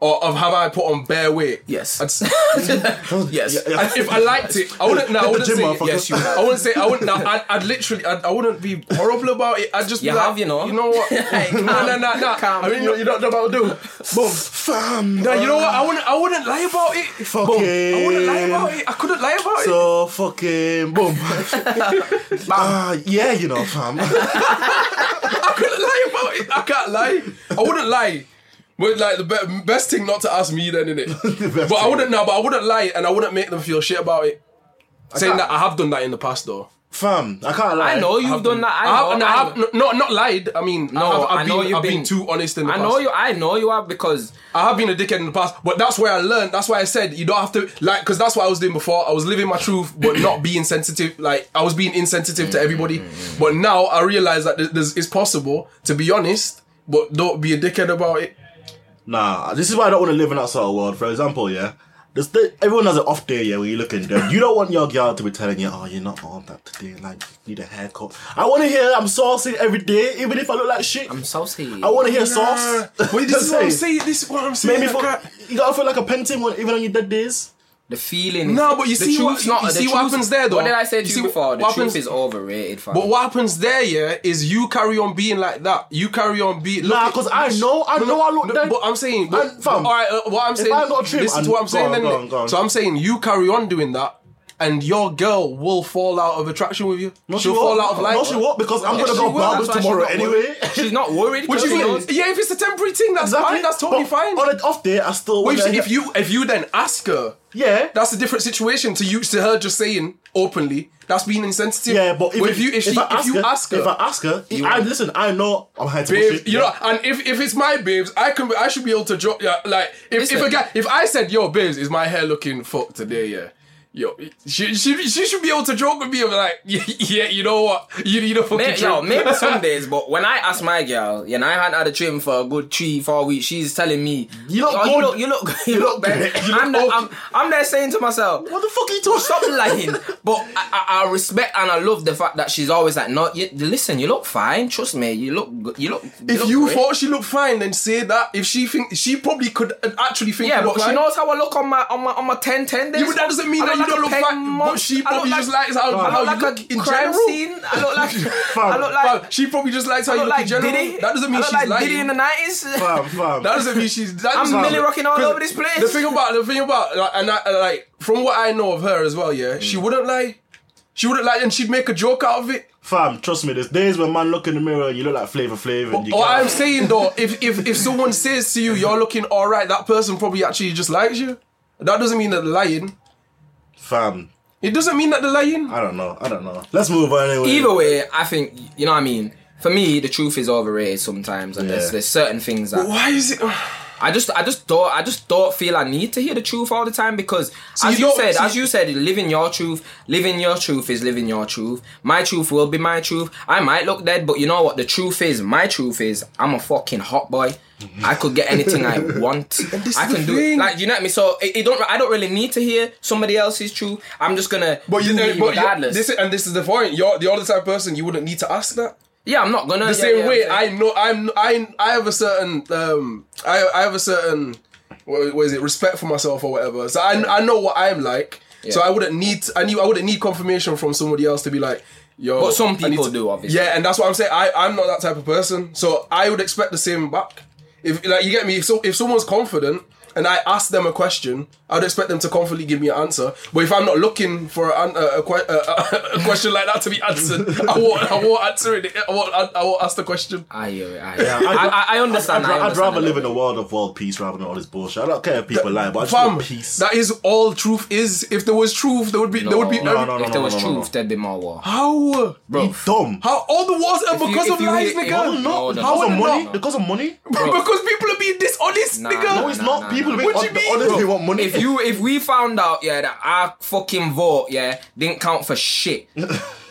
Speaker 2: or of have I put on bare weight?
Speaker 1: Yes.
Speaker 2: I'd s-
Speaker 1: yes,
Speaker 4: yeah.
Speaker 2: and if I liked it, I wouldn't. No, I
Speaker 4: Hit the
Speaker 2: wouldn't
Speaker 4: gym,
Speaker 2: say
Speaker 4: motherfucker.
Speaker 2: yes. You. I wouldn't say. I wouldn't. No, I'd, I'd literally. I'd, I wouldn't be horrible about it. I'd just.
Speaker 1: You
Speaker 2: be like,
Speaker 1: have, you know.
Speaker 2: You know what?
Speaker 1: Hey,
Speaker 2: no,
Speaker 1: calm,
Speaker 2: no, no, no.
Speaker 1: calm.
Speaker 2: I mean, you, you don't know what to do. Boom.
Speaker 4: Fam.
Speaker 2: No, you know what? I wouldn't. I wouldn't lie about it.
Speaker 4: Fuck
Speaker 2: Boom. I
Speaker 4: it.
Speaker 2: wouldn't lie about it. I couldn't lie about it.
Speaker 4: So fucking boom. Ah, yeah, you know, fam.
Speaker 2: I couldn't lie about it. I can't lie. I wouldn't lie. But like the be- best thing not to ask me then,
Speaker 4: The
Speaker 2: innit? but
Speaker 4: best
Speaker 2: I
Speaker 4: thing.
Speaker 2: wouldn't know, but I wouldn't lie and I wouldn't make them feel shit about it. Saying that I have done that in the past though.
Speaker 4: Fam, I can't lie.
Speaker 1: I
Speaker 2: Oh,
Speaker 1: know you've done that. I, know,
Speaker 2: have, and Oh, I
Speaker 1: I
Speaker 2: have no, no, not lied. I mean, no, I have, I've
Speaker 1: I know
Speaker 2: been,
Speaker 1: you've
Speaker 2: I've been,
Speaker 1: been-
Speaker 2: too honest in the
Speaker 1: I
Speaker 2: past.
Speaker 1: know you. I know you have because
Speaker 2: I have been a dickhead in the past, but that's where I learned. That's why I said you don't have to like, because that's what I was doing before. I was living my truth, but not being sensitive. Like I was being insensitive to everybody. But now I realize that th- there's, it's possible to be honest, but don't be a dickhead about it.
Speaker 4: Nah, this is why I don't want to live in that sort of world. For example, yeah. There's the, everyone has an off day, yeah, when you're looking down. You don't want your girl to be telling you, oh, you're not on that today, like, you need a haircut. I want to hear I'm saucing every day, even if I look like shit.
Speaker 1: I'm saucy.
Speaker 4: I want to hear
Speaker 2: Nah.
Speaker 4: sauce.
Speaker 2: Wait, this is what I'm
Speaker 4: Say,
Speaker 2: saying. This is what I'm
Speaker 4: Make
Speaker 2: saying.
Speaker 4: me
Speaker 2: I
Speaker 4: feel,
Speaker 2: can't-
Speaker 4: you gotta feel like a painting when, even on your dead days.
Speaker 1: the feeling.
Speaker 2: No, but you
Speaker 1: the
Speaker 2: see what-
Speaker 1: truth's not-
Speaker 2: you
Speaker 1: the
Speaker 2: see what
Speaker 1: truth's-
Speaker 2: happens there, though?
Speaker 1: What did I say
Speaker 2: You
Speaker 1: to
Speaker 2: see
Speaker 1: you before?
Speaker 2: what
Speaker 1: The
Speaker 2: happens-
Speaker 1: truth is overrated. Fam.
Speaker 2: But what happens there, yeah, is you carry on being like that. You carry on being.
Speaker 4: Nah,
Speaker 2: look-
Speaker 4: 'cause I know- I know I look
Speaker 2: no,
Speaker 4: dead.
Speaker 2: But I'm saying, but,
Speaker 4: And, fam,
Speaker 2: but, all right, uh, what I'm saying.
Speaker 4: I got a trim
Speaker 2: listen
Speaker 4: and-
Speaker 2: to what I'm
Speaker 4: go
Speaker 2: saying.
Speaker 4: on,
Speaker 2: then,
Speaker 4: go
Speaker 2: innit?
Speaker 4: on, go on.
Speaker 2: So I'm saying you carry on doing that, and your girl will fall out of attraction with you.
Speaker 4: No,
Speaker 2: She'll
Speaker 4: she
Speaker 2: fall
Speaker 4: won't.
Speaker 2: out of life.
Speaker 4: No, she won't, because I'm gonna
Speaker 2: she
Speaker 4: go
Speaker 2: will, that's
Speaker 4: barbers
Speaker 2: why she's
Speaker 4: tomorrow
Speaker 2: not
Speaker 4: anyway.
Speaker 1: She's not worried.
Speaker 2: What
Speaker 1: because
Speaker 2: do you
Speaker 1: she
Speaker 2: mean?
Speaker 1: knows-
Speaker 2: Yeah, if it's a temporary thing, that's fine. That's totally
Speaker 4: But
Speaker 2: fine.
Speaker 4: On an off day, I still
Speaker 2: But
Speaker 4: want
Speaker 2: if, if you if you then ask her,
Speaker 4: Yeah.
Speaker 2: that's a different situation to you to her just saying openly. That's being insensitive.
Speaker 4: Yeah, but if,
Speaker 2: if you if, she, if,
Speaker 4: I ask
Speaker 2: you
Speaker 4: her,
Speaker 2: ask her,
Speaker 4: if I ask her, I listen. I know I'm high to
Speaker 2: babes,
Speaker 4: bullshit,
Speaker 2: you
Speaker 4: yeah.
Speaker 2: know, and if, if it's my babes, I can I should be able to drop. Yeah, like if, if
Speaker 1: Listen.
Speaker 2: a guy if I said yo babes, is my hair looking fucked today? Yeah. Yo, she, she, she should be able to joke with me and be like, yeah, you know what? You, you don't fucking
Speaker 1: May- yo,
Speaker 2: trip.
Speaker 1: maybe some days, but when I ask my girl, and I hadn't had a trim for a good three, four weeks, she's telling me,
Speaker 4: You look
Speaker 1: "Oh,
Speaker 4: good.
Speaker 1: you look, you look, you
Speaker 4: look
Speaker 1: look bad."
Speaker 4: good. You
Speaker 1: I'm,
Speaker 4: look
Speaker 1: there- I'm, I'm there saying to myself,
Speaker 4: What the fuck are you talking?
Speaker 1: stop lying. But I, I, I respect and I love the fact that she's always like, no, you, listen, you look fine. Trust me, you look, good. you look.
Speaker 2: if
Speaker 1: look
Speaker 2: you
Speaker 1: great."
Speaker 2: thought she looked fine, then say that. If she think she probably could actually think
Speaker 1: Yeah,
Speaker 2: you look
Speaker 1: but
Speaker 2: fine.
Speaker 1: she knows how I look on my on my on my ten ten days.
Speaker 2: Yeah, but that doesn't mean
Speaker 1: I
Speaker 2: that you don't
Speaker 1: a
Speaker 2: look
Speaker 1: pen
Speaker 2: fine. But
Speaker 1: monster.
Speaker 2: she
Speaker 1: I look
Speaker 2: probably just likes how,
Speaker 1: I
Speaker 2: how
Speaker 1: look
Speaker 2: you
Speaker 1: like
Speaker 2: look
Speaker 1: a
Speaker 2: in
Speaker 1: crime
Speaker 2: general.
Speaker 1: scene. I look like
Speaker 4: Fam,
Speaker 1: I look like
Speaker 2: Fam, she probably just likes how
Speaker 1: I
Speaker 2: you
Speaker 1: look
Speaker 2: look in
Speaker 1: like
Speaker 2: general.
Speaker 1: Diddy.
Speaker 2: That doesn't mean
Speaker 1: I look
Speaker 2: she's
Speaker 1: like
Speaker 2: lying.
Speaker 1: Diddy in the nineties.
Speaker 4: Fam, fam.
Speaker 2: That doesn't mean she's. That
Speaker 1: I'm
Speaker 2: doesn't-
Speaker 1: Millie rocking all
Speaker 2: 'Cause
Speaker 1: over this place.
Speaker 2: The thing about the thing about like, and I, like from what I know of her as well, yeah, she wouldn't like. She wouldn't like, and she'd make a joke out of it.
Speaker 4: Fam, trust me, there's days when man look in the mirror and you look like Flavor Flav and you
Speaker 2: What I'm
Speaker 4: can't.
Speaker 2: saying though, if, if if someone says to you you're looking alright, that person probably actually just likes you. That doesn't mean that they're lying.
Speaker 4: Fam,
Speaker 2: It doesn't mean that they're lying.
Speaker 4: I don't know, I don't know. Let's move on anyway.
Speaker 1: Either way, I think you know what I mean. For me, the truth is overrated sometimes, and there's
Speaker 4: Yeah.
Speaker 1: there's certain things that
Speaker 2: Why is it?
Speaker 1: I just I just don't I just don't feel I need to hear the truth all the time because as
Speaker 2: you
Speaker 1: you
Speaker 2: don't-
Speaker 1: said
Speaker 2: see-
Speaker 1: as you said living your truth living your truth is living your truth my truth will be my truth I might look dead but you know what the truth is my truth is I'm a fucking hot boy I could get anything I want
Speaker 2: this
Speaker 1: I
Speaker 2: is
Speaker 1: can
Speaker 2: the
Speaker 1: do
Speaker 2: thing.
Speaker 1: like you know what I mean so it, it don't I don't really need to hear somebody else's truth I'm just gonna
Speaker 2: But you,
Speaker 1: do me
Speaker 2: but you-
Speaker 1: regardless
Speaker 2: this is, and this is the point. You're the other type of person you wouldn't need to ask that.
Speaker 1: yeah I'm not gonna
Speaker 2: The same way I know I'm I I have a certain um I I have a certain what, what is it respect for myself or whatever. So I I know what I'm like. So
Speaker 1: Yeah.
Speaker 2: I wouldn't need I knew I wouldn't need confirmation from somebody else to be like. Yo,
Speaker 1: But some
Speaker 2: I need
Speaker 1: people
Speaker 2: to-
Speaker 1: do, obviously.
Speaker 2: Yeah, and that's what I'm saying. I, I'm not that type of person, so I would expect the same back. If like you get me, if so if someone's confident and I ask them a question, I'd expect them to confidently give me an answer. But if I'm not looking for an, a, a, que- a, a, a question like that to be answered, I won't, I won't answer it. I won't, I, I won't ask the question.
Speaker 1: I hear it I,
Speaker 4: Yeah, I'd-
Speaker 1: I, I, I understand I
Speaker 4: I'd, ra- I'd
Speaker 1: understand
Speaker 4: rather
Speaker 1: a
Speaker 4: live
Speaker 1: little
Speaker 4: in a world of world peace rather than all this bullshit. I don't care if people lie, but I just
Speaker 2: Fam,
Speaker 4: want peace.
Speaker 2: that is all truth is. If there was truth, there would be there would be
Speaker 1: No,
Speaker 4: no, no,
Speaker 1: if
Speaker 4: no,
Speaker 1: there
Speaker 4: no,
Speaker 1: was
Speaker 4: no, no,
Speaker 1: truth
Speaker 4: no.
Speaker 1: there'd be more war
Speaker 2: how
Speaker 4: you dumb.
Speaker 2: how all the wars are
Speaker 1: you-
Speaker 2: because
Speaker 1: if
Speaker 2: of
Speaker 1: you
Speaker 2: lies,
Speaker 1: really-
Speaker 2: nigga.
Speaker 1: No, no, no, no.
Speaker 2: how would
Speaker 4: Because of
Speaker 2: it
Speaker 4: money?
Speaker 2: not?
Speaker 4: Because of money?
Speaker 2: Because people are being dishonest,
Speaker 1: Nah,
Speaker 2: nigga.
Speaker 1: nah,
Speaker 4: It's
Speaker 1: Nah,
Speaker 4: not
Speaker 1: nah,
Speaker 4: people
Speaker 1: nah.
Speaker 4: being
Speaker 2: What you
Speaker 4: hon-
Speaker 2: mean?
Speaker 4: honest, they want money.
Speaker 1: if you if we found out yeah that our fucking vote yeah didn't count for shit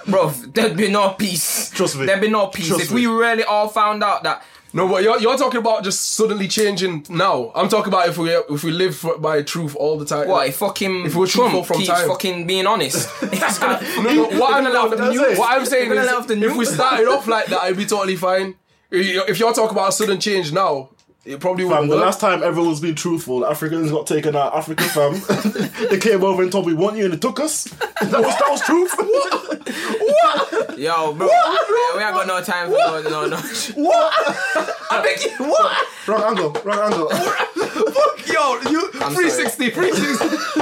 Speaker 1: bro there'd be no peace
Speaker 4: Trust me.
Speaker 1: there'd be no peace
Speaker 4: Trust
Speaker 1: if we
Speaker 4: me.
Speaker 1: really all found out that
Speaker 2: No, but you're, you're talking about just suddenly changing now. I'm talking about if we if we live for, by truth all the time.
Speaker 1: what if fucking
Speaker 2: If we're
Speaker 1: Trump
Speaker 2: truthful from
Speaker 1: keeps
Speaker 2: time.
Speaker 1: fucking being honest it's gonna,
Speaker 2: No, no, what, I'm,
Speaker 4: the news.
Speaker 2: what I'm saying
Speaker 1: We're gonna
Speaker 2: is,
Speaker 1: let off the
Speaker 2: if we
Speaker 1: news.
Speaker 2: started off like that, it'd be totally fine. If you- if you're talking about a sudden change now, it probably
Speaker 4: Fam,
Speaker 2: wouldn't
Speaker 4: the
Speaker 2: work.
Speaker 4: last time everyone's been truthful, Africans got taken out. Africa, fam, they came over and told we want you and they took us. That was that was truth. What?
Speaker 1: yo bro we ain't got no time for no no no
Speaker 4: What?
Speaker 1: I think what
Speaker 4: wrong angle. Wrong angle.
Speaker 2: Yo, you
Speaker 1: sorry.
Speaker 2: 360, 360.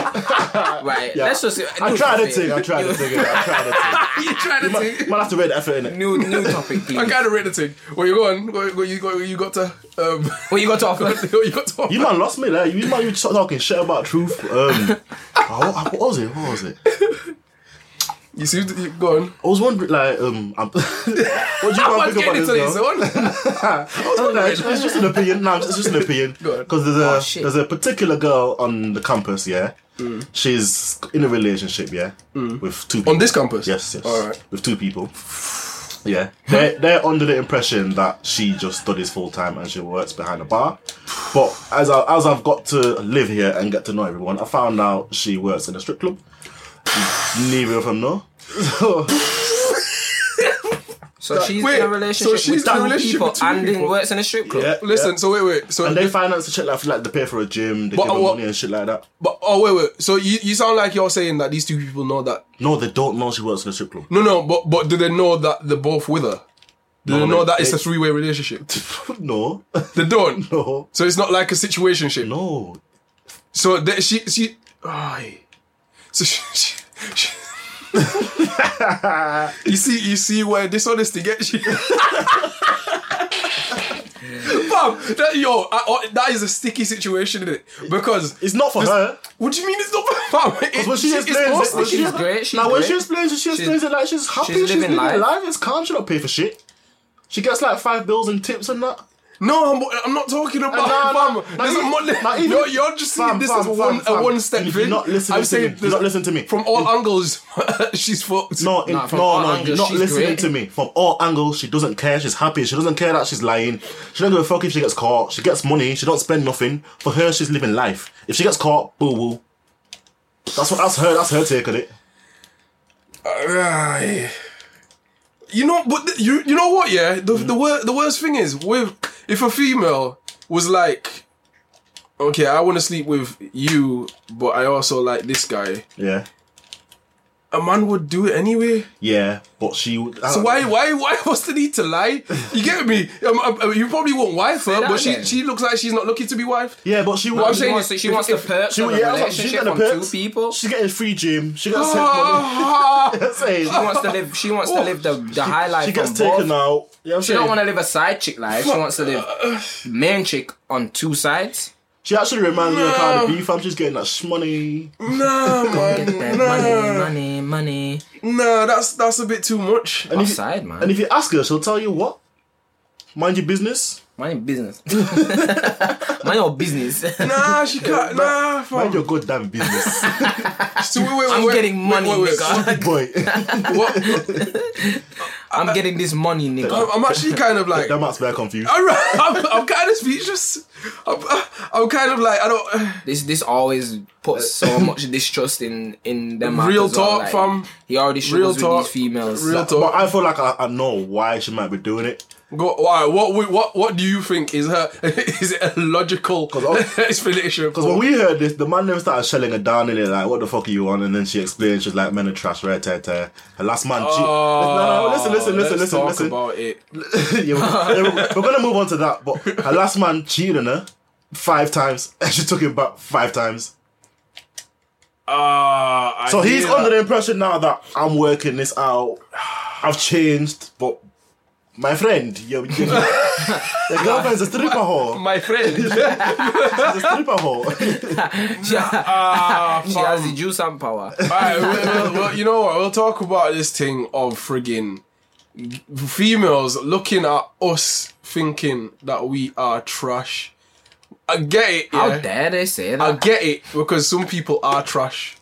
Speaker 1: right let's just
Speaker 4: I tried to take. I tried to take it. I tried
Speaker 2: you trying to
Speaker 4: to take
Speaker 2: take?
Speaker 4: it. Man, have to read the effort in it.
Speaker 1: new new topic please
Speaker 2: I kind of read the thing. Where you going? What, what you got? What you got to? Um,
Speaker 1: what you got to offer
Speaker 2: what you got to?
Speaker 4: You man lost me there. You man, you t- talking shit about truth. Um, oh, what was it? What was it? I
Speaker 2: You see, you go on.
Speaker 4: was wondering, like, um, I'm, what do you man
Speaker 2: Man's
Speaker 4: think about
Speaker 2: getting
Speaker 4: this?
Speaker 2: into his
Speaker 4: Now?
Speaker 2: own.
Speaker 4: I was wondering, Oh, it's, it's just an opinion. No, it's just an opinion.
Speaker 2: on.
Speaker 4: Because there's a
Speaker 1: Oh, shit.
Speaker 4: there's a particular girl on the campus. Yeah, she's in a relationship. Yeah, with two people.
Speaker 2: Mm. On this campus?
Speaker 4: Yes, yes.
Speaker 2: Alright.
Speaker 4: With two people. Yeah, they're, they're under the impression that she just studies full time and she works behind a bar. But as I, as I've got to live here and get to know everyone, I found out she works in a strip club. Neither of them know. So,
Speaker 1: so she's
Speaker 2: wait,
Speaker 1: in a
Speaker 2: so
Speaker 1: relationship
Speaker 2: she's
Speaker 1: with
Speaker 2: in a
Speaker 1: two
Speaker 2: relationship
Speaker 1: people
Speaker 2: with two
Speaker 1: and in
Speaker 2: people.
Speaker 1: works in a strip club
Speaker 4: yeah,
Speaker 2: Listen.
Speaker 4: yeah.
Speaker 2: So wait, wait. So
Speaker 4: and they finance the shit like, like they pay for a gym, they
Speaker 2: But,
Speaker 4: give her
Speaker 2: uh, what-
Speaker 4: money and shit like that.
Speaker 2: but oh wait, wait. So you, you sound like you're saying that these two people know that.
Speaker 4: No, they don't know she works in a strip club.
Speaker 2: No, no. But but do they know that they're both with her? Do
Speaker 4: No,
Speaker 2: they know
Speaker 4: they-
Speaker 2: that it's a
Speaker 4: they-
Speaker 2: three way relationship?
Speaker 4: no,
Speaker 2: They don't.
Speaker 4: no,
Speaker 2: So it's not like a situationship.
Speaker 4: no.
Speaker 2: So that she she. Aye. So she. she, she you see, you see where dishonesty gets you. Fam, that, yo, I, I, that is a sticky situation, isn't it? Because
Speaker 4: It's not for her.
Speaker 2: what do you mean it's not fam? It-
Speaker 4: when she
Speaker 2: she-
Speaker 4: explains
Speaker 2: it's
Speaker 4: it-
Speaker 2: mostly-
Speaker 4: when she-
Speaker 1: she's great she's
Speaker 4: Now when
Speaker 1: great.
Speaker 4: she explains it, she explains it like she's happy.
Speaker 1: she's
Speaker 4: She's,
Speaker 1: living
Speaker 4: living,
Speaker 1: life.
Speaker 4: life. It's calm. She don't pay for shit. She gets like five bills and tips and that.
Speaker 2: No, I'm, I'm not talking about
Speaker 4: Nah, nah,
Speaker 2: fam.
Speaker 4: nah,
Speaker 2: there's a
Speaker 4: even-
Speaker 2: mon-
Speaker 4: nah, even-
Speaker 2: you're, you're just seeing
Speaker 4: fam,
Speaker 2: this
Speaker 4: fam,
Speaker 2: as
Speaker 4: fam,
Speaker 2: one a
Speaker 4: fam.
Speaker 2: one step
Speaker 4: You're
Speaker 2: thing.
Speaker 4: not listening
Speaker 2: I'm
Speaker 4: to
Speaker 2: saying
Speaker 4: me. You're
Speaker 2: there's-
Speaker 4: not listening to me.
Speaker 2: From all angles, she's fucked.
Speaker 4: No, in,
Speaker 1: Nah, from all
Speaker 4: no, no.
Speaker 1: angles,
Speaker 4: You're not
Speaker 1: she's
Speaker 4: listening
Speaker 1: great.
Speaker 4: to me. From all angles, she doesn't care. She's happy. She doesn't care that she's lying. She doesn't give a fuck if she gets caught. She gets money. She don't spend nothing. For her, she's living life. If she gets caught, boo woo. That's what. That's her. That's her take on it.
Speaker 2: Aye. You know, but th- you you know what? Yeah, the
Speaker 4: Mm-hmm.
Speaker 2: the, wor- the worst thing is with if a female was like, okay, I want to sleep with you, but I also like this guy.
Speaker 4: Yeah.
Speaker 2: a man would do it anyway.
Speaker 4: Yeah, but she. would- I
Speaker 2: So
Speaker 4: don't
Speaker 2: why,
Speaker 4: know.
Speaker 2: why, why? What's the need to lie? You get me? Um, um, um, you probably won't wife her,
Speaker 1: that
Speaker 2: but she,
Speaker 1: again.
Speaker 2: she looks like she's not lucky to be wifed.
Speaker 4: Yeah, but she.
Speaker 1: I'm
Speaker 4: wants-
Speaker 1: saying is that she wants the perks
Speaker 4: She,
Speaker 1: of a
Speaker 4: yeah, I was like, she's
Speaker 1: relationship
Speaker 4: getting
Speaker 1: from
Speaker 4: the perks.
Speaker 1: two people. She
Speaker 4: She's getting free gym. She got
Speaker 2: Ah,
Speaker 4: sent money. She
Speaker 1: wants to live. She wants to live the the high life.
Speaker 4: She gets
Speaker 1: from both.
Speaker 4: taken out. Yeah, I'm
Speaker 1: She don't
Speaker 4: saying?
Speaker 1: want to live a side chick life. She wants to live main chick on two sides.
Speaker 4: She actually reminds me of Cardi B fam. She's getting that shmoney.
Speaker 2: nah, man,
Speaker 1: Money,
Speaker 2: nah,
Speaker 1: money, money.
Speaker 2: nah. That's that's a bit too much.
Speaker 4: And if, you-
Speaker 1: Offside, man.
Speaker 4: and if you ask her, she'll tell you what? Mind your business.
Speaker 1: Mind your business. Mind your business.
Speaker 2: Nah, she can't. Nah,
Speaker 4: Mind your
Speaker 2: fam.
Speaker 4: goddamn business.
Speaker 2: So wait, wait,
Speaker 1: I'm
Speaker 2: wait,
Speaker 1: getting money, nigga.
Speaker 4: Big boy.
Speaker 2: What?
Speaker 1: I'm getting this money, nigga.
Speaker 2: I'm, I'm actually kind of like.
Speaker 4: that man's very confused.
Speaker 2: All right, I'm, I'm kind of speechless. I'm, I'm kind of like I don't.
Speaker 1: This this always puts so much distrust in in them. man
Speaker 2: Real
Speaker 1: as well,
Speaker 2: talk,
Speaker 1: like,
Speaker 2: fam.
Speaker 1: He already
Speaker 2: Real
Speaker 1: struggles
Speaker 2: talk.
Speaker 1: with these females.
Speaker 2: Real
Speaker 4: But
Speaker 2: talk.
Speaker 4: I feel like I, I know why she might be doing it.
Speaker 2: Go, all right, what we- what what do you think is her? Is it a logical
Speaker 4: I-
Speaker 2: explanation?
Speaker 4: Because when we heard this, the man never started shelling her down in it, like, what the fuck are you on? And then she explained, she's like, men are trash, right, tear, tear. Her last man, she- no, no, listen, listen, listen,
Speaker 2: Oh, let's
Speaker 4: listen,
Speaker 2: talk
Speaker 4: listen.
Speaker 2: about it.
Speaker 4: Yeah, we're, yeah, we're gonna move on to that, but her last man cheated on her five times, and she took him back five times.
Speaker 2: Ah, I
Speaker 4: So he's
Speaker 2: hear
Speaker 4: under
Speaker 2: that.
Speaker 4: the impression now that I'm working this out. I've changed, but my friend, your, your, your girlfriend's a stripper whore.
Speaker 2: my friend.
Speaker 4: She's a stripper whore.
Speaker 2: Ah,
Speaker 1: She has the juice and power.
Speaker 2: Alright, well, well, well, you know what? We'll talk about this thing of friggin' females looking at us thinking that we are trash. I get it.
Speaker 1: How
Speaker 2: yeah.
Speaker 1: dare they say
Speaker 2: I
Speaker 1: that?
Speaker 2: get it because some people are trash.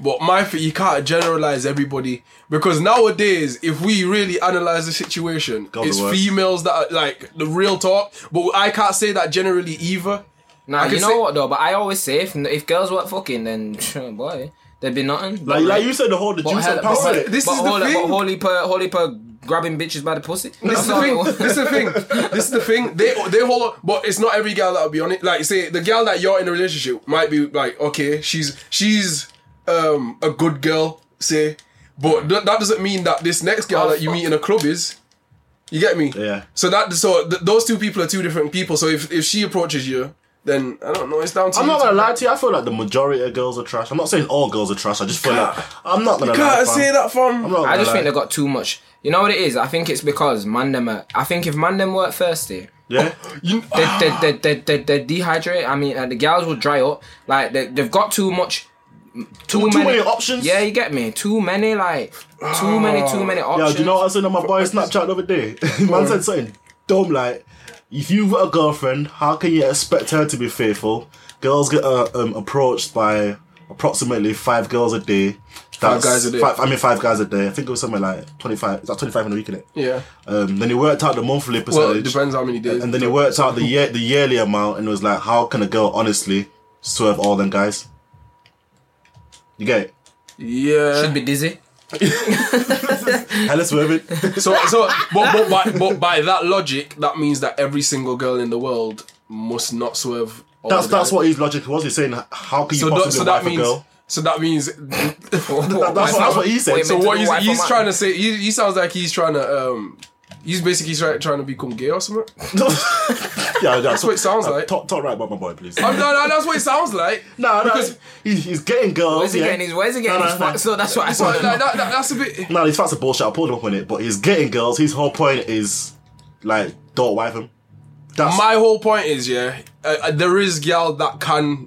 Speaker 2: but my thing, you can't generalize everybody because nowadays, if we really analyze the situation,
Speaker 4: God,
Speaker 2: it's
Speaker 4: the worst.
Speaker 2: females that are like the real talk. But I can't say that generally either.
Speaker 1: Nah,
Speaker 2: can
Speaker 1: you know
Speaker 2: say-
Speaker 1: what though? But I always say if, if girls weren't fucking, then boy, there'd be nothing.
Speaker 4: like, like you said, the whole the
Speaker 1: But
Speaker 4: juice
Speaker 1: hell-
Speaker 4: and
Speaker 1: but
Speaker 4: power.
Speaker 1: hol-
Speaker 2: this
Speaker 1: but
Speaker 2: is the
Speaker 1: hol- but
Speaker 2: thing.
Speaker 1: holy per, holy per, grabbing bitches by the pussy.
Speaker 2: This is the thing. This is the thing. This is the thing. They they hold on, but it's not every girl that'll be on it. Like say the girl that you're in a relationship might be like, okay, she's she's um a good girl, say, but th- that doesn't mean that this next girl that you meet in a club is. You get me?
Speaker 4: Yeah.
Speaker 2: So that so th- those two people are two different people. So if if she approaches you, then I don't know. It's down to
Speaker 4: I'm
Speaker 2: you.
Speaker 4: not
Speaker 2: to-
Speaker 4: gonna lie to you. I feel like the majority of girls are trash. I'm not saying all girls are trash. I just feel like I'm not gonna lie.
Speaker 2: Can't
Speaker 4: fam.
Speaker 2: say that from.
Speaker 4: I'm not gonna
Speaker 1: I just
Speaker 4: lie.
Speaker 1: think they got too much. You know what it is? I think it's because Mandem. Are, I think if Mandem weren't thirsty,
Speaker 4: yeah.
Speaker 2: You-
Speaker 1: they they they they they, they dehydrate. I mean, uh, the gals will dry up. Like they they've got too much. Too,
Speaker 4: too many options?
Speaker 1: Yeah, you get me. Too many, like too many, too many
Speaker 4: Yeah,
Speaker 1: options.
Speaker 4: do you know what I said on my boy Snapchat the other day? Man said something dumb like, if you've got a girlfriend, how can you expect her to be faithful? Girls get uh, um, approached by approximately five girls a day. That's
Speaker 2: guys a day.
Speaker 4: Five, I mean, five guys a day. I think it was something like 25. It's like 25 in a week, innit?
Speaker 2: yeah.
Speaker 4: Um, then he worked out the monthly percentage.
Speaker 2: Well, it depends how many days.
Speaker 4: And then he worked out the year the yearly amount and was like, how can a girl honestly serve all them guys? You get it?
Speaker 2: yeah.
Speaker 1: Should be dizzy.
Speaker 4: Hella swerving. it.
Speaker 2: So, so, but, but, by, but by that logic, that means that every single girl in the world must not swerve. all
Speaker 4: that's
Speaker 2: the guys.
Speaker 4: that's what his logic was. He's saying, how can you
Speaker 2: So,
Speaker 4: possibly
Speaker 2: that, so
Speaker 4: wife
Speaker 2: that means.
Speaker 4: a girl?
Speaker 2: So that means.
Speaker 4: That's, what, that's what he said.
Speaker 1: Wait,
Speaker 4: so
Speaker 2: so
Speaker 1: meant to
Speaker 2: what
Speaker 1: be
Speaker 2: he's,
Speaker 1: wife or
Speaker 2: he's
Speaker 1: man.
Speaker 2: trying to say? He, he sounds like he's trying to. um He's basically trying, trying to become gay or something.
Speaker 4: yeah, that's
Speaker 2: what it sounds like.
Speaker 4: Talk, talk right about my boy, please.
Speaker 2: I'm, no, no, that's what it sounds like.
Speaker 4: no, no,
Speaker 2: because-
Speaker 4: he's, he's getting girls.
Speaker 2: Oh,
Speaker 1: Where's he
Speaker 4: yeah.
Speaker 1: getting his? Where's he getting
Speaker 4: No, no,
Speaker 1: his?
Speaker 4: no.
Speaker 1: fuck- So that's what I
Speaker 2: But
Speaker 1: saw.
Speaker 2: like, that, that, that's a bit.
Speaker 4: No, these facts are bullshit. I pulled him up on it, but he's getting girls. His whole point is like, don't wife him. That's
Speaker 2: My whole point is, yeah, uh, uh, there is gal that can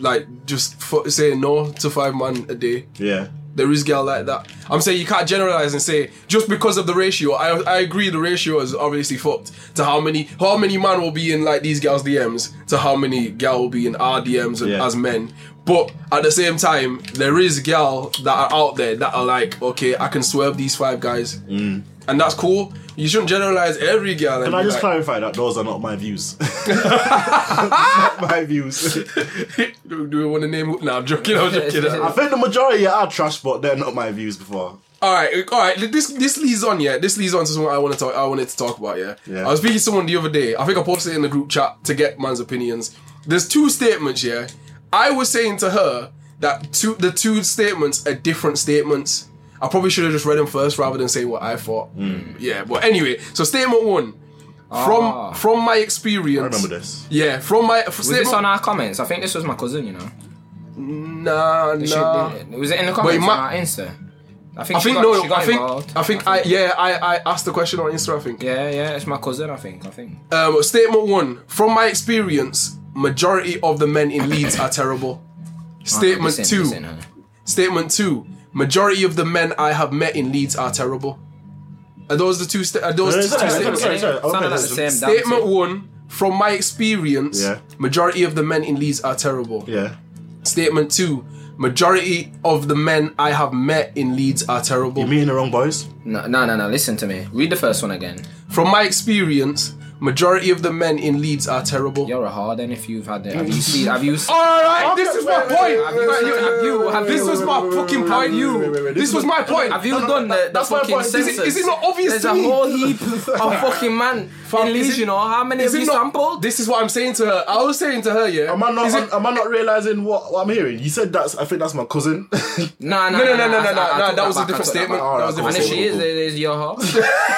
Speaker 2: like just f- say no to five man a day.
Speaker 4: yeah.
Speaker 2: There is girl like that. I'm saying you can't generalize and say just because of the ratio. I I agree the ratio is obviously fucked to how many how many man will be in like these girls DMs to how many gal will be in our DMs and-
Speaker 4: Yeah.
Speaker 2: as men. But at the same time, there is gal that are out there that are like, okay, I can swerve these five guys, and that's cool. You shouldn't generalize every girl.
Speaker 4: Can I just clarify that those are not my views? not my views.
Speaker 2: do, do we want to name? Nah, I'm joking. I'm joking.
Speaker 4: I think the majority are trash, but they're not my views before.
Speaker 2: All right, all right. This this leads on, yeah. This leads on to something I want to talk. I wanted to talk about, yeah.
Speaker 4: Yeah.
Speaker 2: I was speaking to someone the other day. I think I posted it in the group chat to get man's opinions. There's two statements, yeah. I was saying to her that two the two statements are different statements. I probably should have just read them first rather than say what I thought.
Speaker 4: Hmm.
Speaker 2: Yeah, but anyway, so statement one. From
Speaker 1: Ah.
Speaker 2: from my experience,
Speaker 4: I remember this.
Speaker 2: Yeah, from my f-
Speaker 1: Was this
Speaker 2: statement.
Speaker 1: on our comments? I think this was my cousin, you know.
Speaker 2: nah,
Speaker 1: She
Speaker 2: nah.
Speaker 1: did it. Was it in the comments
Speaker 2: ma-
Speaker 1: on our Insta? I think
Speaker 2: I
Speaker 1: she
Speaker 2: think
Speaker 1: got,
Speaker 2: no.
Speaker 1: she got
Speaker 2: I think
Speaker 1: involved.
Speaker 2: I think I yeah. I I asked the question on Insta. I think.
Speaker 1: yeah, yeah, it's my cousin. I think. I think.
Speaker 2: Um, statement one: From my experience, majority of the men in Leeds are terrible. Statement
Speaker 1: Listen,
Speaker 2: two.
Speaker 1: listen, huh?
Speaker 2: Statement two: Majority of the men I have met in Leeds are terrible. Are those the two? Sta- are those
Speaker 4: No,
Speaker 2: the
Speaker 4: no,
Speaker 2: two
Speaker 4: no,
Speaker 2: statements?
Speaker 4: Sorry, sorry, I
Speaker 1: Sounded
Speaker 4: wanna
Speaker 1: like the
Speaker 4: listen.
Speaker 1: same damn
Speaker 2: Statement
Speaker 1: thing.
Speaker 2: one: From my experience,
Speaker 4: Yeah.
Speaker 2: majority of the men in Leeds are terrible.
Speaker 4: Yeah.
Speaker 2: Statement two: Majority of the men I have met in Leeds are terrible.
Speaker 4: You mean the wrong boys?
Speaker 1: No, no, no, no. Listen to me. Read the first one again.
Speaker 2: From my experience, majority of the men in Leeds are terrible.
Speaker 1: You're a hard end if you've had it. Have you seen? Have you?
Speaker 4: Oh,
Speaker 1: Seen,
Speaker 2: All right, this is my
Speaker 4: wait, wait,
Speaker 2: point.
Speaker 4: wait,
Speaker 1: wait,
Speaker 2: You-
Speaker 4: wait,
Speaker 1: wait,
Speaker 2: you-
Speaker 1: wait, wait,
Speaker 2: This
Speaker 1: wait,
Speaker 2: was
Speaker 1: wait,
Speaker 2: my
Speaker 1: wait,
Speaker 2: fucking point.
Speaker 4: wait, wait,
Speaker 2: You.
Speaker 4: wait,
Speaker 2: This
Speaker 4: this
Speaker 2: was
Speaker 4: is-
Speaker 2: my point.
Speaker 1: have you done the, the
Speaker 2: that's my
Speaker 1: fucking
Speaker 2: point. Is it-
Speaker 1: census?
Speaker 2: is it not obvious
Speaker 1: There's
Speaker 2: to
Speaker 1: a
Speaker 2: me?
Speaker 1: whole heap of fucking man in
Speaker 2: is
Speaker 1: Leeds.
Speaker 2: it-
Speaker 1: You know how many
Speaker 2: Is
Speaker 1: of
Speaker 2: it
Speaker 1: you
Speaker 2: not-
Speaker 1: sampled?
Speaker 2: This is what I'm saying to her. I was saying to her, yeah.
Speaker 4: Am I not?
Speaker 2: Is it-
Speaker 4: am I not realizing what, what I'm hearing? You said that's. I think that's my cousin.
Speaker 1: No, no,
Speaker 2: No,
Speaker 1: no,
Speaker 2: no, no, no, no, no. That was a different statement.
Speaker 4: back.
Speaker 2: That was a
Speaker 1: And
Speaker 2: different
Speaker 1: if she
Speaker 2: statement.
Speaker 1: is, it is your house.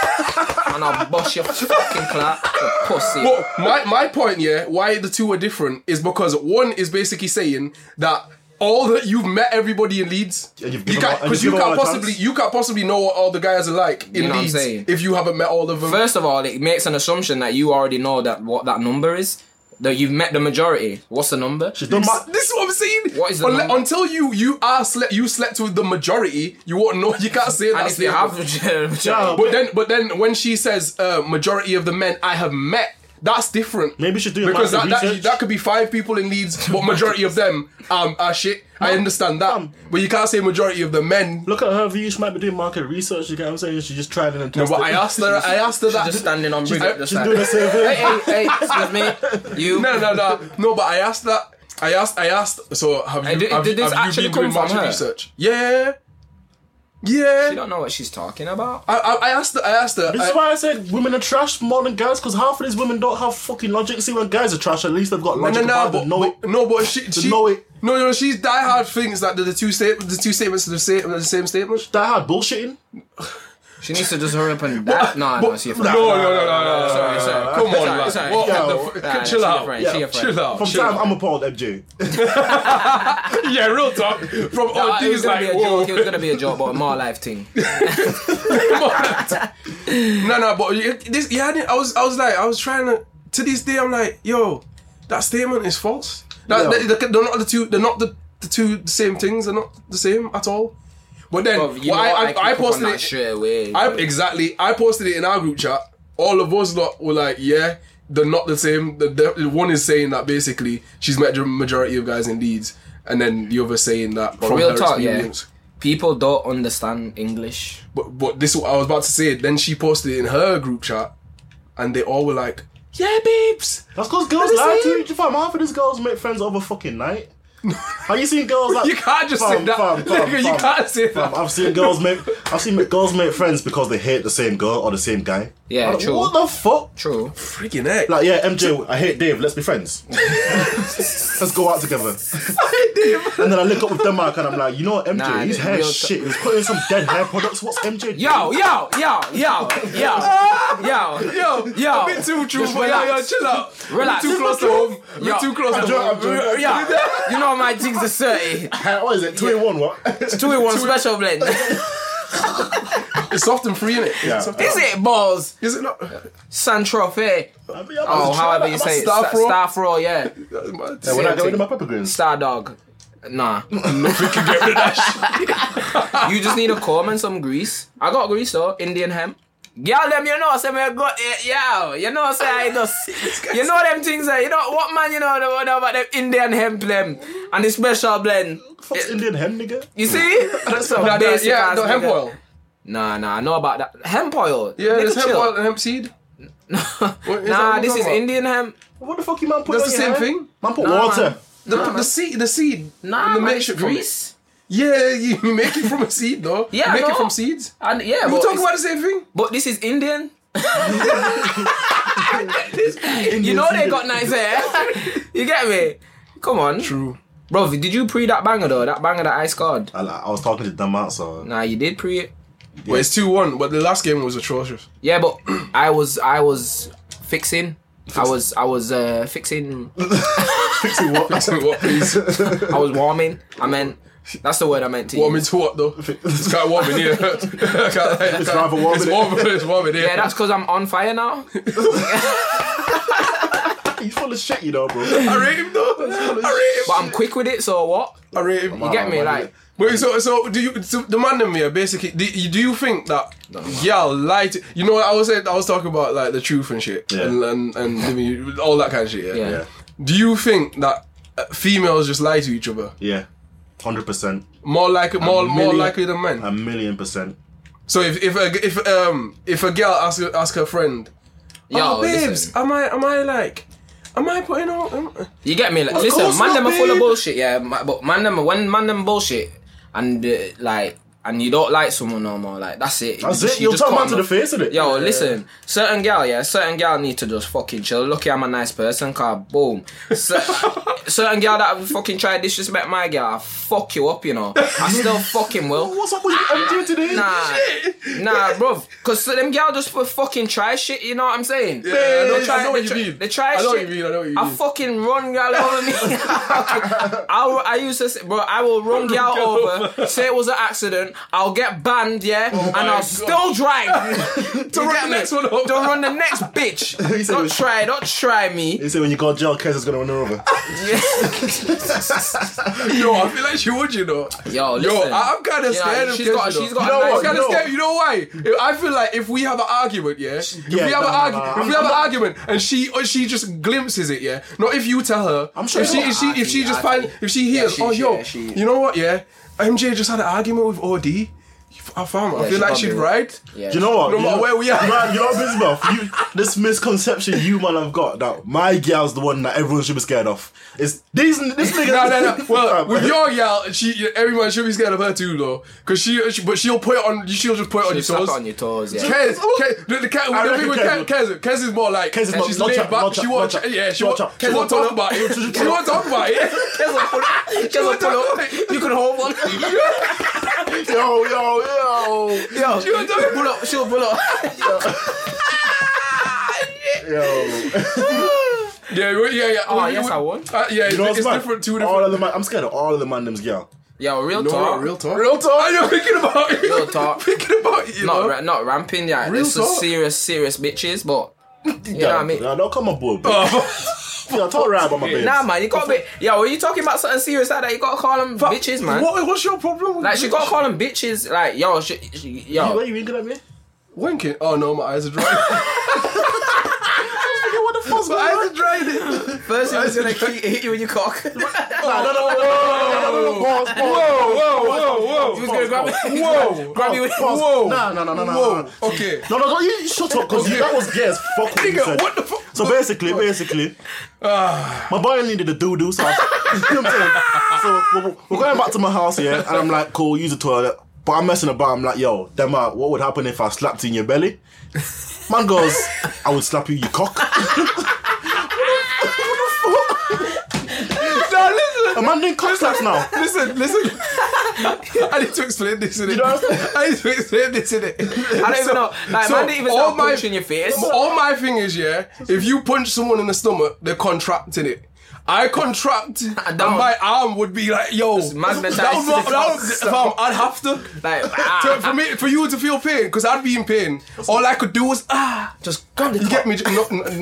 Speaker 1: and I'll bust your fucking clap, you pussy.
Speaker 2: But my my point, yeah, why the two are different is because one is basically saying that. All that you've met everybody in Leeds,
Speaker 4: And
Speaker 2: you
Speaker 4: you've given
Speaker 2: can't
Speaker 4: all- and
Speaker 2: because
Speaker 4: you've
Speaker 2: you
Speaker 4: given
Speaker 2: can't
Speaker 4: all a
Speaker 2: possibly
Speaker 4: chance.
Speaker 2: you can't possibly know what all the guys are like in
Speaker 1: You know what I'm
Speaker 2: Leeds
Speaker 1: saying?
Speaker 2: if you haven't met all of them.
Speaker 1: First of all, it makes an assumption that you already know that what that number is. That you've met the majority. What's the number?
Speaker 4: She's done my.
Speaker 2: This is what I'm saying.
Speaker 1: What is the
Speaker 2: Unle-
Speaker 1: number?
Speaker 2: until you you are slept you slept with the majority, you won't know. You can't say that.
Speaker 1: And if you
Speaker 2: statement.
Speaker 1: have the majority,
Speaker 4: Yeah,
Speaker 2: but then but then when she says uh, majority of the men I have met, that's different.
Speaker 4: Maybe she's doing
Speaker 2: because that,
Speaker 4: massive
Speaker 2: that
Speaker 4: research.
Speaker 2: that could be five people in Leeds, but majority of them um, are shit. I understand that,
Speaker 4: Mum.
Speaker 2: but you can't say majority of the men.
Speaker 4: Look at her view. She might be doing market research. You get what I'm saying? She's just trying it and
Speaker 2: No,
Speaker 4: testing.
Speaker 2: but I asked her. I asked her that.
Speaker 1: just standing on bridge. just
Speaker 4: She's
Speaker 1: like,
Speaker 4: doing the same thing.
Speaker 1: hey, hey, hey, excuse me, you.
Speaker 2: no, no, no, no. But I asked that. I asked. I asked. So have you?
Speaker 1: And did-
Speaker 2: have,
Speaker 1: did this
Speaker 2: have you
Speaker 1: actually
Speaker 2: been
Speaker 1: come
Speaker 2: doing
Speaker 1: from
Speaker 2: market
Speaker 1: her?
Speaker 2: research? Yeah. Yeah.
Speaker 1: You don't know what she's talking about.
Speaker 2: I, I, I asked her. I asked her.
Speaker 4: This
Speaker 2: I-
Speaker 4: is why I said women are trash more than guys because half of these women don't have fucking logic. See, when guys are trash, at least they've got
Speaker 2: No, no,
Speaker 4: logic.
Speaker 2: no,
Speaker 4: about
Speaker 2: but,
Speaker 4: them, know it.
Speaker 2: but- no, but she, she
Speaker 4: know it.
Speaker 2: No, no, she's diehard thinks that the, the two sta- the two statements are the same, the same statement.
Speaker 4: That hard bullshitting.
Speaker 1: She needs to just hurry up and. That, no, no,
Speaker 2: But-
Speaker 1: see
Speaker 2: no,
Speaker 1: if
Speaker 2: no, no, no, no, no,
Speaker 1: Sorry,
Speaker 2: no,
Speaker 1: sorry.
Speaker 2: no. Come on,
Speaker 1: Sorry,
Speaker 2: man.
Speaker 1: sorry.
Speaker 2: What
Speaker 4: Yo.
Speaker 2: the
Speaker 1: Nah,
Speaker 2: f-
Speaker 1: nah,
Speaker 2: chill
Speaker 1: she
Speaker 2: out.
Speaker 1: a friend,
Speaker 2: Yeah,
Speaker 1: she a friend.
Speaker 2: Chill out.
Speaker 4: From
Speaker 2: chill
Speaker 4: time,
Speaker 2: out.
Speaker 4: I'm appalled, MJ.
Speaker 2: Yeah, real talk. From all
Speaker 1: it was
Speaker 2: things
Speaker 1: gonna
Speaker 2: like,
Speaker 1: be a
Speaker 2: whoa.
Speaker 1: joke. It was gonna be a joke, but a more life thing.
Speaker 2: No, no, but you- this, yeah, I, didn't, I was, I was like, I was trying to. To this day, I'm like, yo, that statement is false. That,
Speaker 4: Yeah.
Speaker 2: they, are not the two. They're not the, the two same things. They're not the same at all. But then,
Speaker 1: Well, you
Speaker 2: what
Speaker 1: know
Speaker 2: I,
Speaker 1: what,
Speaker 2: I,
Speaker 1: I, can
Speaker 2: I
Speaker 1: pick up on
Speaker 2: posted
Speaker 1: that
Speaker 2: it.
Speaker 1: straight away.
Speaker 2: I exactly. I posted it in our group chat. All of us lot were like, "Yeah, they're not the same." The, the one is saying that basically she's met the majority of guys in Leeds, and then the other saying that from
Speaker 1: real
Speaker 2: her
Speaker 1: talk, yeah.
Speaker 2: experience.
Speaker 1: People don't understand English.
Speaker 2: But but this is what I was about to say. Then she posted it in her group chat, and they all were like, "Yeah, babes."
Speaker 4: That's because girls
Speaker 2: the
Speaker 4: lie
Speaker 2: same.
Speaker 4: to you. Fam, half of these girls make friends over fucking night. Have you seen girls like
Speaker 2: You can't just
Speaker 4: Fam,
Speaker 2: say that.
Speaker 4: fam, fam,
Speaker 2: Nigga, you
Speaker 4: fam.
Speaker 2: can't say
Speaker 4: Fam,
Speaker 2: that.
Speaker 4: I've seen girls make I've seen girls make friends because they hate the same girl or the same guy.
Speaker 1: Yeah,
Speaker 4: I'm like,
Speaker 1: true.
Speaker 4: What the fuck?
Speaker 1: True.
Speaker 2: Freaking heck.
Speaker 4: Like yeah, MJ, I hate Dave. Let's be friends. let's go out together. And then I look up with Denmark and I'm like, you know what, MJ,
Speaker 1: Nah,
Speaker 4: his
Speaker 1: the
Speaker 4: hair
Speaker 1: real
Speaker 4: is
Speaker 1: t-
Speaker 4: shit. He was putting some dead hair products. What's MJ?
Speaker 1: Yo, yo, yo, yo, yo, yo.
Speaker 2: Yo,
Speaker 1: Yo,
Speaker 2: a bit too true,
Speaker 1: just
Speaker 2: but yo, yo,
Speaker 1: relax.
Speaker 2: chill out. We're
Speaker 1: Relax.
Speaker 2: too close to home. We're
Speaker 1: Yo.
Speaker 2: too close to
Speaker 4: I'm joking,
Speaker 2: home.
Speaker 4: I'm joking.
Speaker 1: Yeah, you know my jigs are 30.
Speaker 4: Hair, what is it? Two in one. What?
Speaker 1: Two in one special blend. Is
Speaker 2: It's soft and free, innit?
Speaker 4: Yeah.
Speaker 2: It's soft-
Speaker 1: it balls?
Speaker 2: Is it not?
Speaker 1: San Trophy.
Speaker 4: I mean, I'm
Speaker 1: Oh,
Speaker 4: just eh? trying
Speaker 1: however
Speaker 4: that.
Speaker 1: you
Speaker 4: I'm
Speaker 1: say it.
Speaker 4: a star
Speaker 1: Star,
Speaker 2: Fro?
Speaker 1: Star Fro, yeah.
Speaker 4: Yeah, When I
Speaker 1: Same
Speaker 4: get rid
Speaker 1: thing.
Speaker 4: of my pepper greens.
Speaker 1: Star Dog. Nah. You just need a comb and some grease. I got grease though, Indian hemp. Girl, them you know, say me got it, yeah. You know, say I just, you know them things. eh, You know what man, you know the one about them Indian hemp them and the special blend.
Speaker 4: Fuck's Indian hem, nigga.
Speaker 1: You see? That's some
Speaker 2: Nah, nah,
Speaker 1: basic
Speaker 2: yeah,
Speaker 1: ass
Speaker 2: no, hemp
Speaker 1: nigga.
Speaker 2: oil.
Speaker 1: Nah, nah, I know about that hemp oil.
Speaker 2: Yeah,
Speaker 1: Nigga,
Speaker 2: there's hemp
Speaker 1: chill.
Speaker 2: oil and hemp seed. is that what
Speaker 1: nah,
Speaker 2: you're
Speaker 1: this is
Speaker 2: talking about?
Speaker 1: Indian hemp.
Speaker 4: What the fuck you man put
Speaker 2: That's
Speaker 4: on
Speaker 2: the
Speaker 4: your
Speaker 2: same
Speaker 4: hair?
Speaker 2: thing.
Speaker 4: Man put
Speaker 1: Nah,
Speaker 4: water.
Speaker 1: man.
Speaker 2: The, the seed, the seed.
Speaker 1: Nah,
Speaker 2: the
Speaker 1: man,
Speaker 2: makeshift
Speaker 1: it's
Speaker 2: from it.
Speaker 1: grease.
Speaker 2: Yeah, you, you make it from a seed, though.
Speaker 1: Yeah,
Speaker 2: you
Speaker 1: I
Speaker 2: make it
Speaker 1: know.
Speaker 2: from seeds.
Speaker 1: And yeah,
Speaker 2: We're
Speaker 1: but,
Speaker 2: talking
Speaker 1: it's-
Speaker 2: about the same thing.
Speaker 1: but this is Indian.
Speaker 4: Indian
Speaker 1: You know
Speaker 4: seed
Speaker 1: they
Speaker 4: in
Speaker 1: got
Speaker 4: it.
Speaker 1: nice hair. you get me? Come on.
Speaker 2: True.
Speaker 1: Bro, did you pre that banger though? That banger that I scored?
Speaker 4: I, like, I was talking to Damart, so
Speaker 1: Nah, you did pre it.
Speaker 2: But it's two one. But the last game was atrocious.
Speaker 1: Yeah, but I was I was fixing. I was I was uh, fixing.
Speaker 4: fixing what?
Speaker 2: So what is
Speaker 1: I was warming. I meant that's the word I meant to use.
Speaker 2: warming to what though? It's kind of warm in here. it's
Speaker 4: rather warm
Speaker 2: It's
Speaker 4: in
Speaker 2: warm. It's warm in here.
Speaker 1: Yeah, that's because I'm on fire now.
Speaker 4: He's full of shit, you know, bro.
Speaker 2: I rate him though. I
Speaker 1: But I'm quick with it, so what?
Speaker 2: rate him. I rate him.
Speaker 1: You get me?
Speaker 4: man,
Speaker 1: Like,
Speaker 2: Wait, so so do you so the man in me are basically do you, do you think that y'all lied? to- You know, I was saying- I was talking about like the truth and shit
Speaker 4: Yeah.
Speaker 2: and and, and I mean, all that kind of shit. Yeah.
Speaker 1: yeah.
Speaker 4: Yeah,
Speaker 2: Do you think that uh, females just lie to each other
Speaker 4: yeah, hundred percent,
Speaker 2: more like more more
Speaker 4: million-
Speaker 2: likely than men?
Speaker 4: a million percent.
Speaker 2: so if if a, if um if a girl asks ask her friend,
Speaker 1: Yo,
Speaker 2: oh babes,
Speaker 1: listen.
Speaker 2: am I am I like am I putting on? um, am-
Speaker 1: You get me? Like, listen,
Speaker 2: course
Speaker 1: man,
Speaker 2: not,
Speaker 1: them are full of
Speaker 2: babe.
Speaker 1: bullshit. Yeah, ma- but man, them when man them bullshit, and uh, like, and you don't like someone no more. Like, that's it.
Speaker 4: That's
Speaker 1: You
Speaker 4: it.
Speaker 1: just-
Speaker 4: You'll
Speaker 1: just
Speaker 4: talk
Speaker 1: cut
Speaker 4: man to
Speaker 1: them
Speaker 4: the
Speaker 1: off.
Speaker 4: face, innit?
Speaker 1: Yo, listen, certain gal, yeah, certain gal need to just fucking chill. Lucky I'm a nice person, car boom. Cer- certain gal that fucking try to disrespect my gal, I fuck you up, you know. I still fucking will.
Speaker 4: What's up with you? I'm doing today.
Speaker 1: Nah, nah, bruv. Cause them gal just for fucking try shit. You know what I'm saying? Yeah,
Speaker 2: yeah, I know what you mean.
Speaker 1: They try
Speaker 2: I know
Speaker 1: shit.
Speaker 2: what you mean, I know what you mean.
Speaker 1: fucking run y'all over me. I, I used to say, bro, I will run y'all over. Say it was an accident. I'll get banned, yeah, and
Speaker 2: Oh my
Speaker 1: I'll
Speaker 2: God.
Speaker 1: still drive. to
Speaker 2: run the next one over.
Speaker 1: Don't run the next
Speaker 4: He
Speaker 1: bitch.
Speaker 4: said it
Speaker 1: don't
Speaker 4: was-
Speaker 1: try. Don't try me.
Speaker 4: They say when you go to jail, Kez is gonna run her over.
Speaker 2: Yo, I feel like she would, you know.
Speaker 1: Yo,
Speaker 2: Yo,
Speaker 1: listen.
Speaker 2: I- I'm kind of
Speaker 1: You know,
Speaker 2: scared of
Speaker 1: she's
Speaker 2: Kes,
Speaker 1: got-
Speaker 2: you know.
Speaker 1: she's got
Speaker 2: you
Speaker 1: a
Speaker 2: know
Speaker 1: nice-
Speaker 2: what? I'm kind of
Speaker 4: you know-
Speaker 2: scared. You know why? If- I feel like if we have an argument, yeah, if
Speaker 4: Yeah,
Speaker 2: we have an
Speaker 4: no, no,
Speaker 2: argument,
Speaker 4: no,
Speaker 2: if we
Speaker 4: I'm-
Speaker 2: have an
Speaker 4: I'm-
Speaker 2: argument, and she or she just glimpses it, yeah. Not if you tell her.
Speaker 4: I'm sure
Speaker 2: if she
Speaker 4: it's
Speaker 2: if she
Speaker 1: not
Speaker 2: if she
Speaker 1: Aki,
Speaker 2: just
Speaker 1: Aki.
Speaker 2: find if she hears,
Speaker 1: she-
Speaker 2: oh
Speaker 1: she-
Speaker 2: yo,
Speaker 1: yeah, she-
Speaker 2: you know what? Yeah, MJ just had an argument with OD. I found.
Speaker 1: Yeah, she
Speaker 2: I feel like
Speaker 1: probably
Speaker 2: she'd
Speaker 1: would.
Speaker 2: ride.
Speaker 1: Yeah.
Speaker 4: Do you know what?
Speaker 2: No
Speaker 4: You
Speaker 2: matter
Speaker 4: know-
Speaker 2: where we are.
Speaker 4: man. You know what, Bismarck? You this misconception you man have got that my girl's the one that everyone should be scared of. It's these this nigga.
Speaker 2: No, no, no. Well,
Speaker 4: Fam.
Speaker 2: with your gal, she everyone should be scared of her too, though, because she, she, but she'll put it on. She'll just put it on your
Speaker 1: You slap
Speaker 2: toes.
Speaker 1: it on your toes, yeah.
Speaker 2: Kez, Kez, the, the, Kez,
Speaker 4: I
Speaker 2: the
Speaker 4: reckon
Speaker 2: thing with Kez,
Speaker 4: Kez
Speaker 2: Kez, Kez is more like
Speaker 4: Kez is not-
Speaker 2: she's
Speaker 4: not
Speaker 2: laid
Speaker 4: chap-
Speaker 2: back.
Speaker 4: not
Speaker 2: she
Speaker 4: chap-
Speaker 2: won't,
Speaker 4: not chap-
Speaker 2: yeah, she
Speaker 4: not
Speaker 2: won't,
Speaker 4: chap.
Speaker 2: Kez won't talk about it. She won't talk about it.
Speaker 1: Kez will pull up. Kez will pull up. You can hold one.
Speaker 4: yo, yo, yo,
Speaker 1: Yo,
Speaker 2: She won't talk
Speaker 1: pull up. She'll pull up.
Speaker 4: yo.
Speaker 2: Yeah, we- yeah, yeah.
Speaker 1: Oh,
Speaker 2: we-
Speaker 1: yes,
Speaker 2: we-
Speaker 1: I won't.
Speaker 2: Uh, yeah,
Speaker 4: You know
Speaker 2: it's,
Speaker 4: what's
Speaker 2: it's
Speaker 4: mad?
Speaker 2: different. Two
Speaker 4: All of
Speaker 2: different.
Speaker 4: the man, I'm scared of all of the man them's girl.
Speaker 1: Yo, real talk.
Speaker 2: talk. Real talk. I know, thinking about it.
Speaker 1: Real talk.
Speaker 2: thinking about it. You
Speaker 1: Not
Speaker 2: know?
Speaker 1: ra- not ramping. Yeah,
Speaker 2: Real
Speaker 1: this is
Speaker 2: talk.
Speaker 1: serious, serious bitches. But you know what I mean.
Speaker 4: Nah, don't come aboard. bro. Yeah, talk right about my baby.
Speaker 1: Nah, man, you got to be. Yo, when you talking about something serious like that, you got to call them bitches, man.
Speaker 2: What, what's your problem? With
Speaker 1: Like she got to call them bitches. Like yo, she, she, yo.
Speaker 4: What are you winking at me?
Speaker 2: winking. Oh no, my eyes are dry.
Speaker 4: What the fuck's
Speaker 2: my eyes are dry.
Speaker 1: First, he was gonna hit, hit you in your cock. he was
Speaker 4: No, no, no, no, no, no, no, no, no, pause, pause.
Speaker 2: Whoa, whoa, whoa, whoa.
Speaker 1: gonna grab.
Speaker 2: Whoa!
Speaker 1: grab you with-
Speaker 4: Pause.
Speaker 2: Whoa.
Speaker 4: Nah, nah, nah, nah, nah, nah.
Speaker 2: Whoa! Okay.
Speaker 4: No, no, no, you you shut up, because that was gay as fuck what you
Speaker 2: Nigga,
Speaker 4: said.
Speaker 2: what the fuck? Ah.
Speaker 4: So basically, basically, my boy needed a doo doo, so, I, you know what I'm saying? so we're, we're going back to my house, yeah, and I'm like, cool, use the toilet. But I'm messing about, I'm like, yo, Dema, what would happen if I slapped you in your belly? Man goes, I would slap you, you cock.
Speaker 2: No, listen.
Speaker 4: A man doing cock slaps now.
Speaker 2: Listen, listen. I need to explain this in it.
Speaker 4: know what I'm saying?
Speaker 2: I need to explain this in it.
Speaker 1: I don't even know. Like man didn't even start punching in your face.
Speaker 2: All my thing is, yeah. If you punch someone in the stomach, they're contracting it. I contract, and
Speaker 1: down.
Speaker 2: my arm would be like, yo, that
Speaker 1: mad
Speaker 2: would,
Speaker 1: mentality to the
Speaker 2: that would,
Speaker 1: fuck.
Speaker 2: fam, I'd have to.
Speaker 1: Like ah,
Speaker 2: to- for me, for you to feel pain, because I'd be in pain. All I could do was ah.
Speaker 1: just grab the.
Speaker 2: You get me?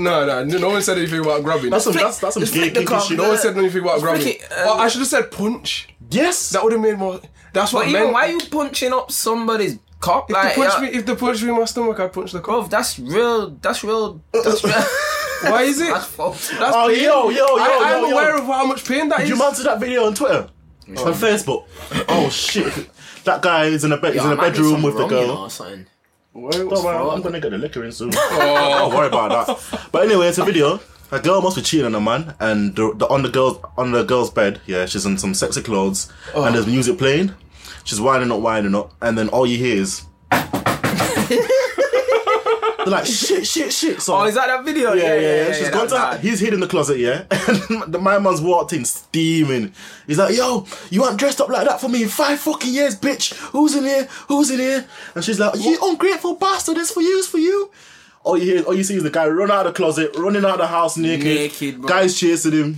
Speaker 2: No, no, no. No one said anything about grabbing.
Speaker 4: That's some,
Speaker 1: Flick-
Speaker 4: that's, that's some
Speaker 1: just
Speaker 4: gay
Speaker 1: flick the
Speaker 4: kinky
Speaker 1: cock.
Speaker 4: shit.
Speaker 2: no one said anything about grabbing.
Speaker 1: Flick it,
Speaker 2: oh,
Speaker 1: uh,
Speaker 2: I should have said punch.
Speaker 4: Yes!
Speaker 2: That would have made more. That's what
Speaker 1: But
Speaker 2: I meant.
Speaker 1: even why are you punching up somebody's cock?
Speaker 2: If
Speaker 1: Like,
Speaker 2: they punch
Speaker 1: yeah,
Speaker 2: me, if they punch me in my stomach, I punch the
Speaker 1: bro,
Speaker 2: cough.
Speaker 1: that's real. That's real. That's real.
Speaker 2: Why is it?
Speaker 1: that's
Speaker 2: That's
Speaker 1: fucked. That's
Speaker 4: Oh,
Speaker 2: pain.
Speaker 4: yo, yo, yo,
Speaker 2: I, I'm
Speaker 4: yo, yo.
Speaker 2: aware of how much pain that is.
Speaker 4: Did you man see that video on Twitter? on Facebook. oh shit. That guy is in a bed he's in a bedroom with the girl. Don't worry, I'm gonna get the liquor in soon. Don't worry about that. But anyway, it's a video. A girl must be cheating on a man, and the, the, on the girl's on the girl's bed, yeah, she's in some sexy clothes, and there's music playing. She's winding up, winding up, and then all you hear is. They're like shit, shit, shit. So
Speaker 1: Oh, is that that video?
Speaker 4: yeah, yeah, yeah. She's
Speaker 1: yeah, that-
Speaker 4: gone to
Speaker 1: that-
Speaker 4: he's hid in the closet, yeah. And the my man's walked in steaming. He's like, yo, you aren't dressed up like that for me in five fucking years, bitch. Who's in here? Who's in here? And she's like, you ungrateful bastard, it's for you, it's for you. All you hear, all you see is the guy run out of the closet, running out of the house naked.
Speaker 1: Naked, bro.
Speaker 4: Guys chasing him.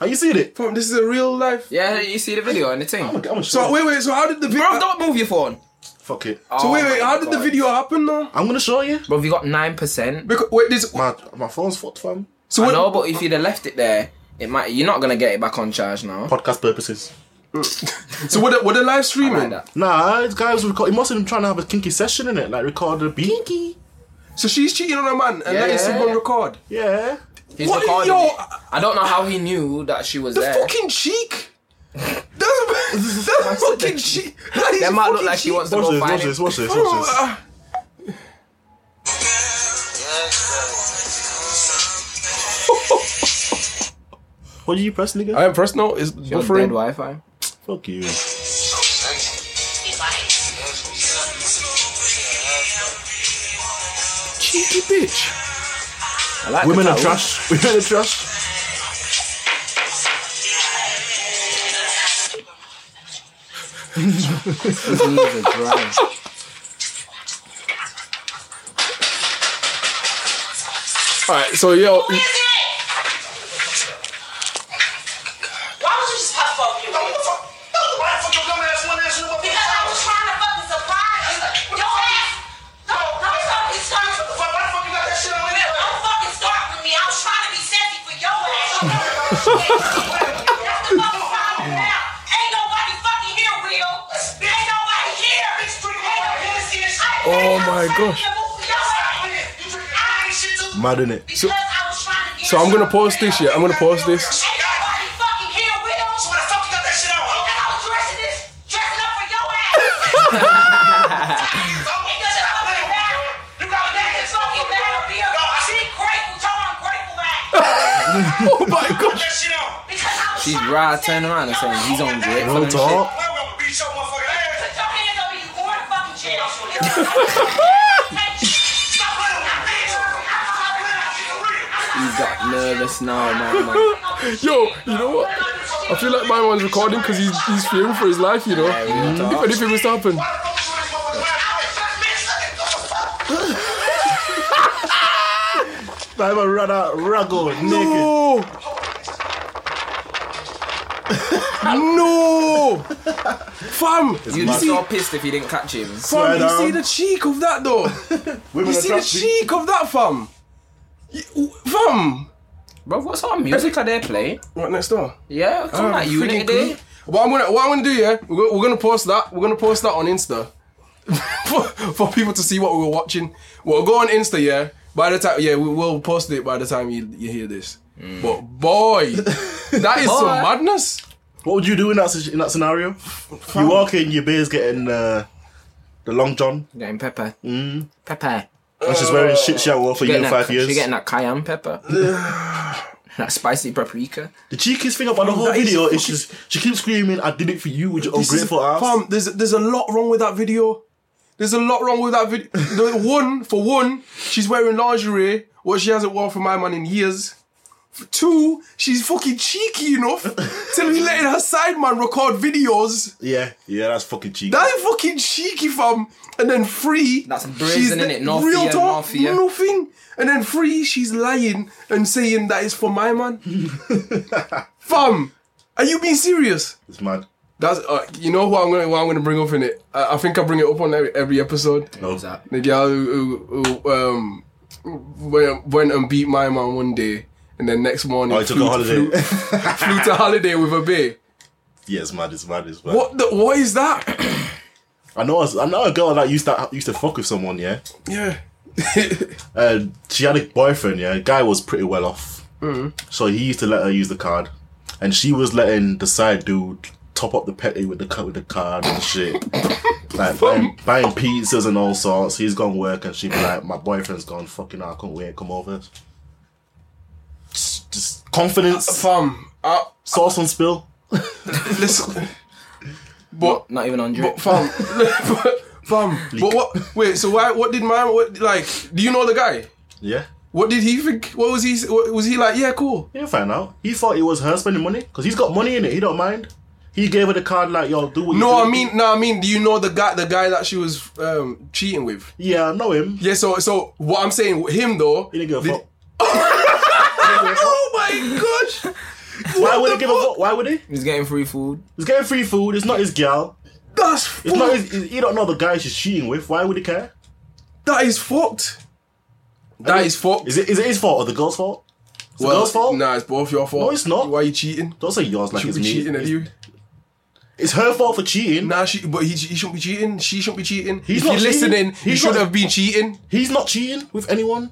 Speaker 4: Are you seeing it?
Speaker 2: Fam, this is a real life.
Speaker 1: Yeah, you see the video and the
Speaker 2: Oh
Speaker 1: thing.
Speaker 4: I'm gonna show
Speaker 2: So
Speaker 4: you.
Speaker 2: wait, wait. So how did the video?
Speaker 1: Bro, don't move your phone.
Speaker 4: Fuck it.
Speaker 2: so wait,
Speaker 1: Oh
Speaker 2: wait.
Speaker 1: my
Speaker 2: How did the
Speaker 1: God.
Speaker 2: video happen though?
Speaker 4: I'm gonna show you.
Speaker 1: Bro, you got nine percent.
Speaker 2: Because wait, this.
Speaker 4: My my phone's fucked, fam.
Speaker 2: So
Speaker 1: I
Speaker 2: what?
Speaker 1: know, but if you'd have left it there, it might. You're not gonna get it back on charge now.
Speaker 4: Podcast purposes.
Speaker 2: So what? What the live streaming?
Speaker 1: Like that.
Speaker 4: Nah, this guy was recording. He must have been trying to have a kinky session in it, like record a beat. Kinky.
Speaker 2: so she's cheating on a man and
Speaker 1: Yeah.
Speaker 2: letting someone record.
Speaker 4: Yeah.
Speaker 1: He's
Speaker 2: What-
Speaker 1: recording
Speaker 2: yo,
Speaker 1: it. I don't know how he knew that she was
Speaker 2: The
Speaker 1: there.
Speaker 2: fucking cheek. That's that's fucking cheek. That is
Speaker 1: That might look
Speaker 2: fucking
Speaker 1: like she
Speaker 2: cheek.
Speaker 1: wants to
Speaker 4: Watch
Speaker 1: go
Speaker 4: this,
Speaker 1: find
Speaker 4: watch
Speaker 1: it.
Speaker 4: this, watch this,
Speaker 2: Bro,
Speaker 4: watch
Speaker 2: uh,
Speaker 4: this. What did you press, nigga?
Speaker 2: I am personal is
Speaker 1: Got dead
Speaker 2: buffering.
Speaker 1: Wi-Fi.
Speaker 4: Fuck you.
Speaker 2: Cheeky bitch.
Speaker 1: I like the
Speaker 4: Women are
Speaker 1: title.
Speaker 4: trash. Women are trash.
Speaker 1: These knees are dry.
Speaker 2: All right. So yo,
Speaker 5: Why would you just pop off you? Because I was trying to fucking surprise you. Your ass. No, no, it's not. It's not. Don't fucking start with me. I was trying to be sexy for your ass. That's the fucking problem now. Ain't nobody fucking here, real. Ain't nobody here.
Speaker 2: Oh my gosh.
Speaker 5: gosh.
Speaker 4: Mad in it.
Speaker 5: So,
Speaker 2: so I'm gonna pause this. Yeah, I'm gonna pause this. Oh my gosh.
Speaker 1: She's right turning around and saying he's on great for
Speaker 4: Real
Speaker 1: them shit.
Speaker 4: talk.
Speaker 1: He's got nervous now, man. man.
Speaker 2: Yo, you know what? I feel like my man's recording because he's he's fearing for his life. You know,
Speaker 1: Yeah, real
Speaker 2: if
Speaker 1: talk.
Speaker 2: anything was to happen.
Speaker 4: I'm a rather raggle, naked.
Speaker 2: No. no. Fam,
Speaker 1: You'd
Speaker 2: you
Speaker 1: be
Speaker 2: see,
Speaker 1: so pissed if you didn't catch him.
Speaker 2: fam, you
Speaker 4: down.
Speaker 2: see the cheek of that though. You
Speaker 4: Women
Speaker 2: see the cheek of that, fam. You- Fam.
Speaker 1: Bro, what sort of music are they playing?
Speaker 2: What next door?
Speaker 1: Yeah, come at you
Speaker 2: Oh, Freaking
Speaker 1: today.
Speaker 2: clean. What I'm gonna what I'm gonna do, yeah, we're gonna, we're gonna post that. We're gonna post that on Insta for, for people to see what we were watching. We'll go on Insta, yeah. By the time, yeah, we will post it by the time you you hear this. But boy, that is some
Speaker 1: Mm. Boy.
Speaker 2: madness.
Speaker 4: What would you do in that si- in that scenario? You walk in, your beer's getting uh, the long john,
Speaker 1: Getting pepper. Mm. Pepper.
Speaker 4: and she's wearing shit she hasn't worn for you in
Speaker 1: Getting
Speaker 4: five
Speaker 1: that,
Speaker 4: years.
Speaker 1: She getting that cayenne pepper. that spicy paprika.
Speaker 4: The cheekiest thing about the whole
Speaker 2: that is
Speaker 4: video is she's, she keeps screaming, "I did it for you with your
Speaker 2: This is-
Speaker 4: ungrateful ass."
Speaker 2: Fam, there's there's a lot wrong with that video. There's a lot wrong with that video. The one for one, she's wearing lingerie, what she hasn't worn for my man in years. For two, she's fucking cheeky enough to be letting her side man record videos.
Speaker 4: Yeah, yeah, that's fucking cheeky.
Speaker 2: That ain't fucking cheeky, fam. And then three,
Speaker 1: That's brazen,
Speaker 2: she's-
Speaker 1: innit? No
Speaker 2: real
Speaker 1: fear,
Speaker 2: talk,
Speaker 1: no fear.
Speaker 2: nothing. And then three, she's lying and saying that it's for my man. fam, are you being serious?
Speaker 4: it's mad.
Speaker 2: That's uh, you know what I'm gonna what I'm gonna bring up in it. I, I think I bring it up on every, every episode.
Speaker 4: No.
Speaker 1: Who's that?
Speaker 2: The girl who, who, who um went, went and beat my man one day, and then next morning
Speaker 4: Oh, he took a holiday.
Speaker 2: flew, flew to holiday with a bae.
Speaker 4: Yeah, it's mad. It's mad. It's mad.
Speaker 2: What the, what is that?
Speaker 4: I know. I know a girl that used to used to fuck with someone. Yeah.
Speaker 2: yeah,
Speaker 4: And she had a boyfriend, yeah. Guy was pretty well off.
Speaker 2: Mm-hmm.
Speaker 4: So he used to let her use the card. And she was letting the side dude top up the petty with the cu- with the card and shit. like buying, buying pizzas and all sorts. He's gone work and she'd be like, My boyfriend's gone, fucking hell, I can't wait, come over. Just, just confidence.
Speaker 2: fam. Uh,
Speaker 4: Sauce on spill.
Speaker 2: listen, but
Speaker 1: Not even on drip.
Speaker 2: but fam, but, fam. But what? Wait. So why? What did my what like? Do you know the guy?
Speaker 4: Yeah.
Speaker 2: What did he think? What was he? What, was he like? Yeah, cool.
Speaker 4: He'll find out. He thought it was her spending money because he's got money in it. He don't mind. He gave her the card like, yo, do what you
Speaker 2: No,
Speaker 4: do.
Speaker 2: I mean, no, I mean. Do you know the guy? The guy that she was um, cheating with?
Speaker 4: yeah, I know him.
Speaker 2: Yeah. So, so what I'm saying, him though.
Speaker 4: He didn't give a
Speaker 2: did-
Speaker 4: fuck. He didn't give a fuck.
Speaker 2: Oh my gosh!
Speaker 4: Why would
Speaker 2: the
Speaker 4: he give a
Speaker 2: fuck?
Speaker 4: fuck? Why would he?
Speaker 1: He's getting free food.
Speaker 4: He's getting free food. It's not his gal.
Speaker 2: That's
Speaker 4: It's not
Speaker 2: fucked.
Speaker 4: his, he don't know the guy she's cheating with. Why would he care?
Speaker 2: That is fucked. That is fucked.
Speaker 4: Is it is it his fault or the girl's fault? It's the girl's fault.
Speaker 2: Nah, it's both your fault.
Speaker 4: No, it's not.
Speaker 2: Why are you cheating?
Speaker 4: Don't say yours like
Speaker 2: Should
Speaker 4: it's
Speaker 2: be
Speaker 4: me.
Speaker 2: cheating at
Speaker 4: It's-
Speaker 2: you.
Speaker 4: It's her fault for cheating.
Speaker 2: Nah, she, but he, he shouldn't be cheating. She shouldn't be cheating.
Speaker 4: He's
Speaker 2: if you're
Speaker 4: not cheating.
Speaker 2: listening, he
Speaker 4: He's
Speaker 2: should
Speaker 4: not-
Speaker 2: have been cheating.
Speaker 4: He's not cheating with anyone.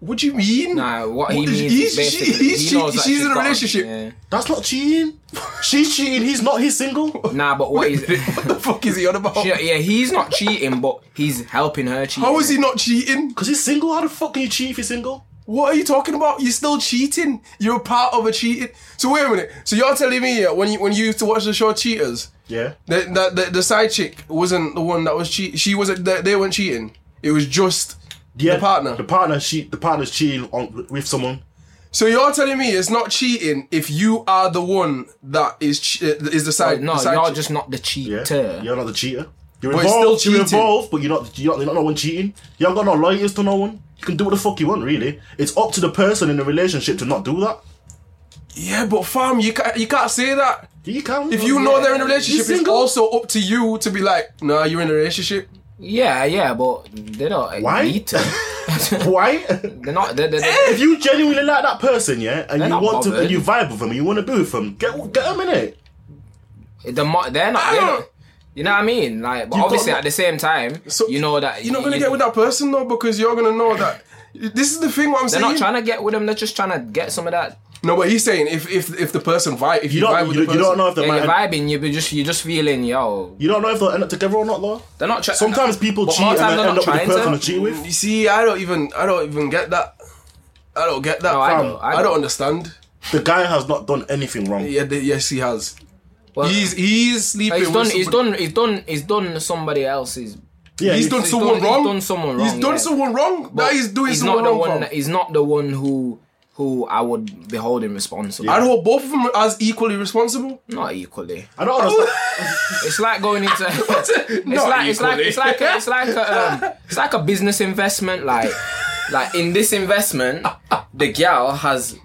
Speaker 2: What do you mean?
Speaker 1: Nah, what, he
Speaker 2: What is-
Speaker 1: means
Speaker 2: he's-
Speaker 1: is
Speaker 2: she-
Speaker 1: basically
Speaker 2: he's
Speaker 1: he knows
Speaker 2: cheat-
Speaker 1: that
Speaker 2: she's in a
Speaker 1: got-
Speaker 2: relationship.
Speaker 1: yeah.
Speaker 4: That's not cheating. She's cheating. He's not. He's single.
Speaker 1: Nah, but what is?
Speaker 2: what the fuck is he on about?
Speaker 1: Yeah, yeah, he's not cheating, but he's helping her cheat.
Speaker 2: How is he not cheating?
Speaker 4: Cause he's single. How the fuck can you cheat if you're single?
Speaker 2: What are you talking about? You're still cheating. You're a part of a cheating. So wait a minute. So you're telling me yeah, when you when you used to watch the show Cheaters,
Speaker 4: Yeah.
Speaker 2: The, the, the, the side chick wasn't the one that was cheating. She wasn't. They, they weren't cheating. It was just
Speaker 4: Yeah.
Speaker 2: the partner.
Speaker 4: The partner. She. The partner's cheating on with someone.
Speaker 2: so you're telling me it's not cheating if you are the one that is che- uh, is the side.
Speaker 1: No,
Speaker 2: the side
Speaker 1: you're
Speaker 2: chick.
Speaker 1: just not the
Speaker 4: Yeah.
Speaker 1: cheater.
Speaker 4: You're not the cheater. You're
Speaker 2: But it's still
Speaker 4: involved. You're
Speaker 2: cheating.
Speaker 4: involved, but you're not. You're not, you're not no one cheating. You haven't got no lawyers to no one. You can do what the fuck you want, really. It's up to the person in the relationship to not do that.
Speaker 2: yeah, but fam, you can't you can't say that.
Speaker 4: You can.
Speaker 2: If you know they're in a relationship, it's
Speaker 4: single.
Speaker 2: also up to you to be like, nah, you're in a relationship.
Speaker 1: Yeah, yeah, but they don't
Speaker 4: Why?
Speaker 1: need to.
Speaker 4: Why?
Speaker 1: they're not. They're, they're, they're,
Speaker 4: if you genuinely like that person, yeah, and you
Speaker 1: not
Speaker 4: want to,
Speaker 1: bothered.
Speaker 4: and you vibe with them, and you want to be with them, get get them in it.
Speaker 1: the mo- they're not. They're
Speaker 2: don't-
Speaker 1: not you know what I mean? Like, but
Speaker 2: You've got
Speaker 1: obviously
Speaker 2: no-
Speaker 1: at the same time,
Speaker 2: So
Speaker 1: you know that
Speaker 2: you're not gonna
Speaker 1: you-
Speaker 2: get with that person though because you're gonna know that. This is the thing. What I'm
Speaker 1: They're
Speaker 2: saying.
Speaker 1: not trying to get with them. They're just trying to get some of that.
Speaker 2: no, but he's saying if if if the person vibe, if you,
Speaker 4: You
Speaker 2: vibe
Speaker 4: don't.
Speaker 2: with
Speaker 4: You,
Speaker 2: the person,
Speaker 4: you don't know if they
Speaker 1: Yeah,
Speaker 4: might.
Speaker 1: you're vibing. You're just you're just feeling yo.
Speaker 4: you don't know if they'll end up together or not, though.
Speaker 1: They're not trying.
Speaker 4: Sometimes people
Speaker 1: But
Speaker 4: cheat
Speaker 1: more
Speaker 4: and
Speaker 1: times
Speaker 4: they
Speaker 1: they're
Speaker 4: end
Speaker 1: not
Speaker 4: up with the
Speaker 1: trying
Speaker 4: person
Speaker 1: to.
Speaker 4: they cheat with.
Speaker 2: You see, I don't even I don't even get that. I don't get that.
Speaker 1: No, I
Speaker 2: fam.
Speaker 1: don't- I
Speaker 2: I,
Speaker 1: don't.
Speaker 2: don't understand.
Speaker 4: The guy has not done anything wrong.
Speaker 2: Yeah, the, yes, he has.
Speaker 1: Well,
Speaker 2: He's he's
Speaker 1: like,
Speaker 2: sleeping.
Speaker 1: he's done.
Speaker 2: with
Speaker 1: He's
Speaker 2: somebody-
Speaker 1: done. He's done. He's done somebody else's.
Speaker 4: Yeah,
Speaker 2: He's
Speaker 4: you-
Speaker 2: done
Speaker 1: he's
Speaker 2: someone
Speaker 1: done- he's
Speaker 2: wrong.
Speaker 1: done someone
Speaker 2: He's
Speaker 1: wrong,
Speaker 2: done
Speaker 1: yeah.
Speaker 2: someone wrong. That is doing
Speaker 1: heys not
Speaker 2: someone
Speaker 1: the
Speaker 2: wrong.
Speaker 1: one.
Speaker 2: fam.
Speaker 1: That, he's not the one who who I would be holding responsible.
Speaker 2: I'd hold both of them as equally responsible.
Speaker 1: Not equally.
Speaker 4: I don't understand.
Speaker 1: It's like going into. it's
Speaker 2: Not
Speaker 1: like it's like
Speaker 2: equally.
Speaker 1: it's like a, it's like a um, it's like a business investment. Like like in this investment, the gal has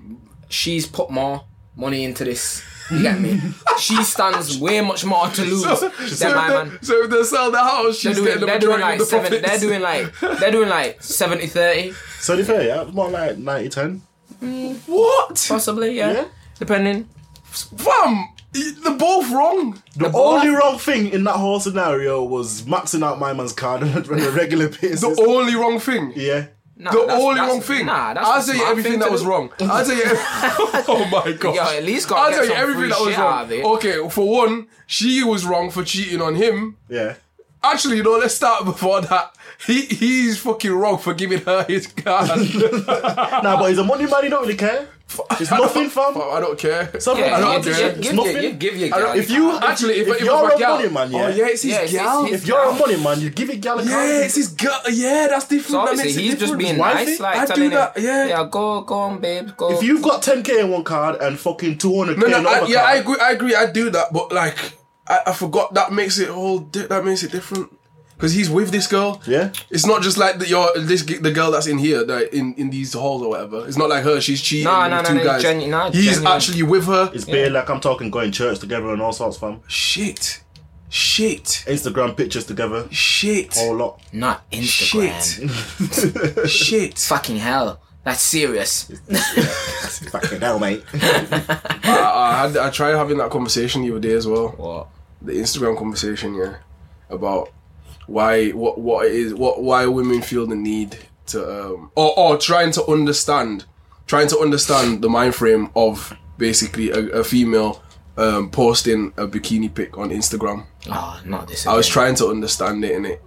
Speaker 1: she's put more money into this. You get me? She stands way much more to lose
Speaker 2: so,
Speaker 1: than my
Speaker 2: if
Speaker 1: man.
Speaker 2: they, so if they sell the house,
Speaker 1: They're
Speaker 2: she's
Speaker 1: doing,
Speaker 2: getting the
Speaker 1: they're doing
Speaker 2: majority
Speaker 1: like
Speaker 2: of the
Speaker 1: seven,
Speaker 2: profits.
Speaker 1: they're doing like they're doing like 70 30
Speaker 4: so to be fair, yeah, it's more like 90 10.
Speaker 2: what?
Speaker 1: possibly yeah,
Speaker 4: Yeah.
Speaker 1: depending
Speaker 2: Fam, they're both wrong.
Speaker 4: The only wrong thing in that whole scenario was maxing out my man's card on a regular basis.
Speaker 2: The only wrong thing.
Speaker 4: yeah.
Speaker 1: nah,
Speaker 2: The
Speaker 1: that's-
Speaker 2: only
Speaker 1: that's-
Speaker 2: wrong thing.
Speaker 1: nah that's
Speaker 2: I'll
Speaker 1: a
Speaker 2: tell you
Speaker 1: smart
Speaker 2: everything
Speaker 1: thing
Speaker 2: that
Speaker 1: to
Speaker 2: was
Speaker 1: do.
Speaker 2: wrong. I'll tell you. Every- oh my god.
Speaker 1: Yo, at least gotta
Speaker 2: I'll
Speaker 1: get
Speaker 2: tell you
Speaker 1: some free
Speaker 2: everything that was
Speaker 1: shit out
Speaker 2: wrong.
Speaker 1: of it.
Speaker 2: Okay, for one, she was wrong for cheating on him.
Speaker 4: Yeah.
Speaker 2: Actually, no. Let's start before that. He he's fucking wrong for giving her his card.
Speaker 4: Nah, but he's a money man, he don't really care. It's nothing,
Speaker 2: Fam,
Speaker 4: fam.
Speaker 2: I don't care.
Speaker 4: Something
Speaker 1: Yeah,
Speaker 4: I don't
Speaker 1: give,
Speaker 4: care.
Speaker 1: give,
Speaker 4: It's
Speaker 1: give, give,
Speaker 4: nothing.
Speaker 1: give, give your
Speaker 2: I don't-
Speaker 1: gal
Speaker 2: if
Speaker 1: your
Speaker 2: you
Speaker 1: card.
Speaker 2: actually, if,
Speaker 4: if
Speaker 2: it
Speaker 4: you're
Speaker 2: was my
Speaker 4: a
Speaker 2: gal-
Speaker 4: money man, yeah.
Speaker 2: oh yeah, it's his
Speaker 1: Yeah, it's-
Speaker 2: gal.
Speaker 1: it's-
Speaker 4: If you're a money man, you give it gal a card.
Speaker 2: yeah, it's his gal. Yeah, that's different.
Speaker 1: So
Speaker 2: That
Speaker 1: obviously
Speaker 2: makes it
Speaker 1: he's just
Speaker 2: different.
Speaker 1: being
Speaker 4: Why
Speaker 1: nice,
Speaker 4: think-
Speaker 1: like
Speaker 2: I do
Speaker 1: telling
Speaker 2: that,
Speaker 1: him,
Speaker 2: yeah.
Speaker 1: go, go on, babe, go.
Speaker 4: If you've got 10k in one card and fucking 200k
Speaker 2: No,
Speaker 4: in
Speaker 2: no,
Speaker 4: another
Speaker 2: I,
Speaker 4: card,
Speaker 2: yeah, I agree. I agree. I do that, but like, I, I forgot that makes it all. Di- that makes it different because he's with this girl.
Speaker 4: Yeah.
Speaker 2: it's not just like the, your this g- the girl that's in here, that in in these halls or whatever. It's not like her. She's cheating
Speaker 1: No,
Speaker 2: with
Speaker 1: no, no,
Speaker 2: two
Speaker 1: no,
Speaker 2: guys.
Speaker 1: genu- no,
Speaker 2: he's
Speaker 1: genuine.
Speaker 2: actually with her.
Speaker 4: It's bare like I'm talking going church together and all sorts, fam.
Speaker 2: Shit, shit,
Speaker 4: Instagram pictures together,
Speaker 2: shit,
Speaker 4: whole lot.
Speaker 1: Not Instagram.
Speaker 2: shit, shit.
Speaker 1: Fucking hell. That's serious.
Speaker 4: Fucking hell, mate.
Speaker 2: I, I, had, I tried having that conversation the other day as well.
Speaker 1: What?
Speaker 2: the Instagram conversation, yeah, about why what what it is what why women feel the need to um or or trying to understand trying to understand the mind frame of basically a, a female um posting a bikini pic on Instagram.
Speaker 1: Oh, not this.
Speaker 2: I was trying to understand it in it.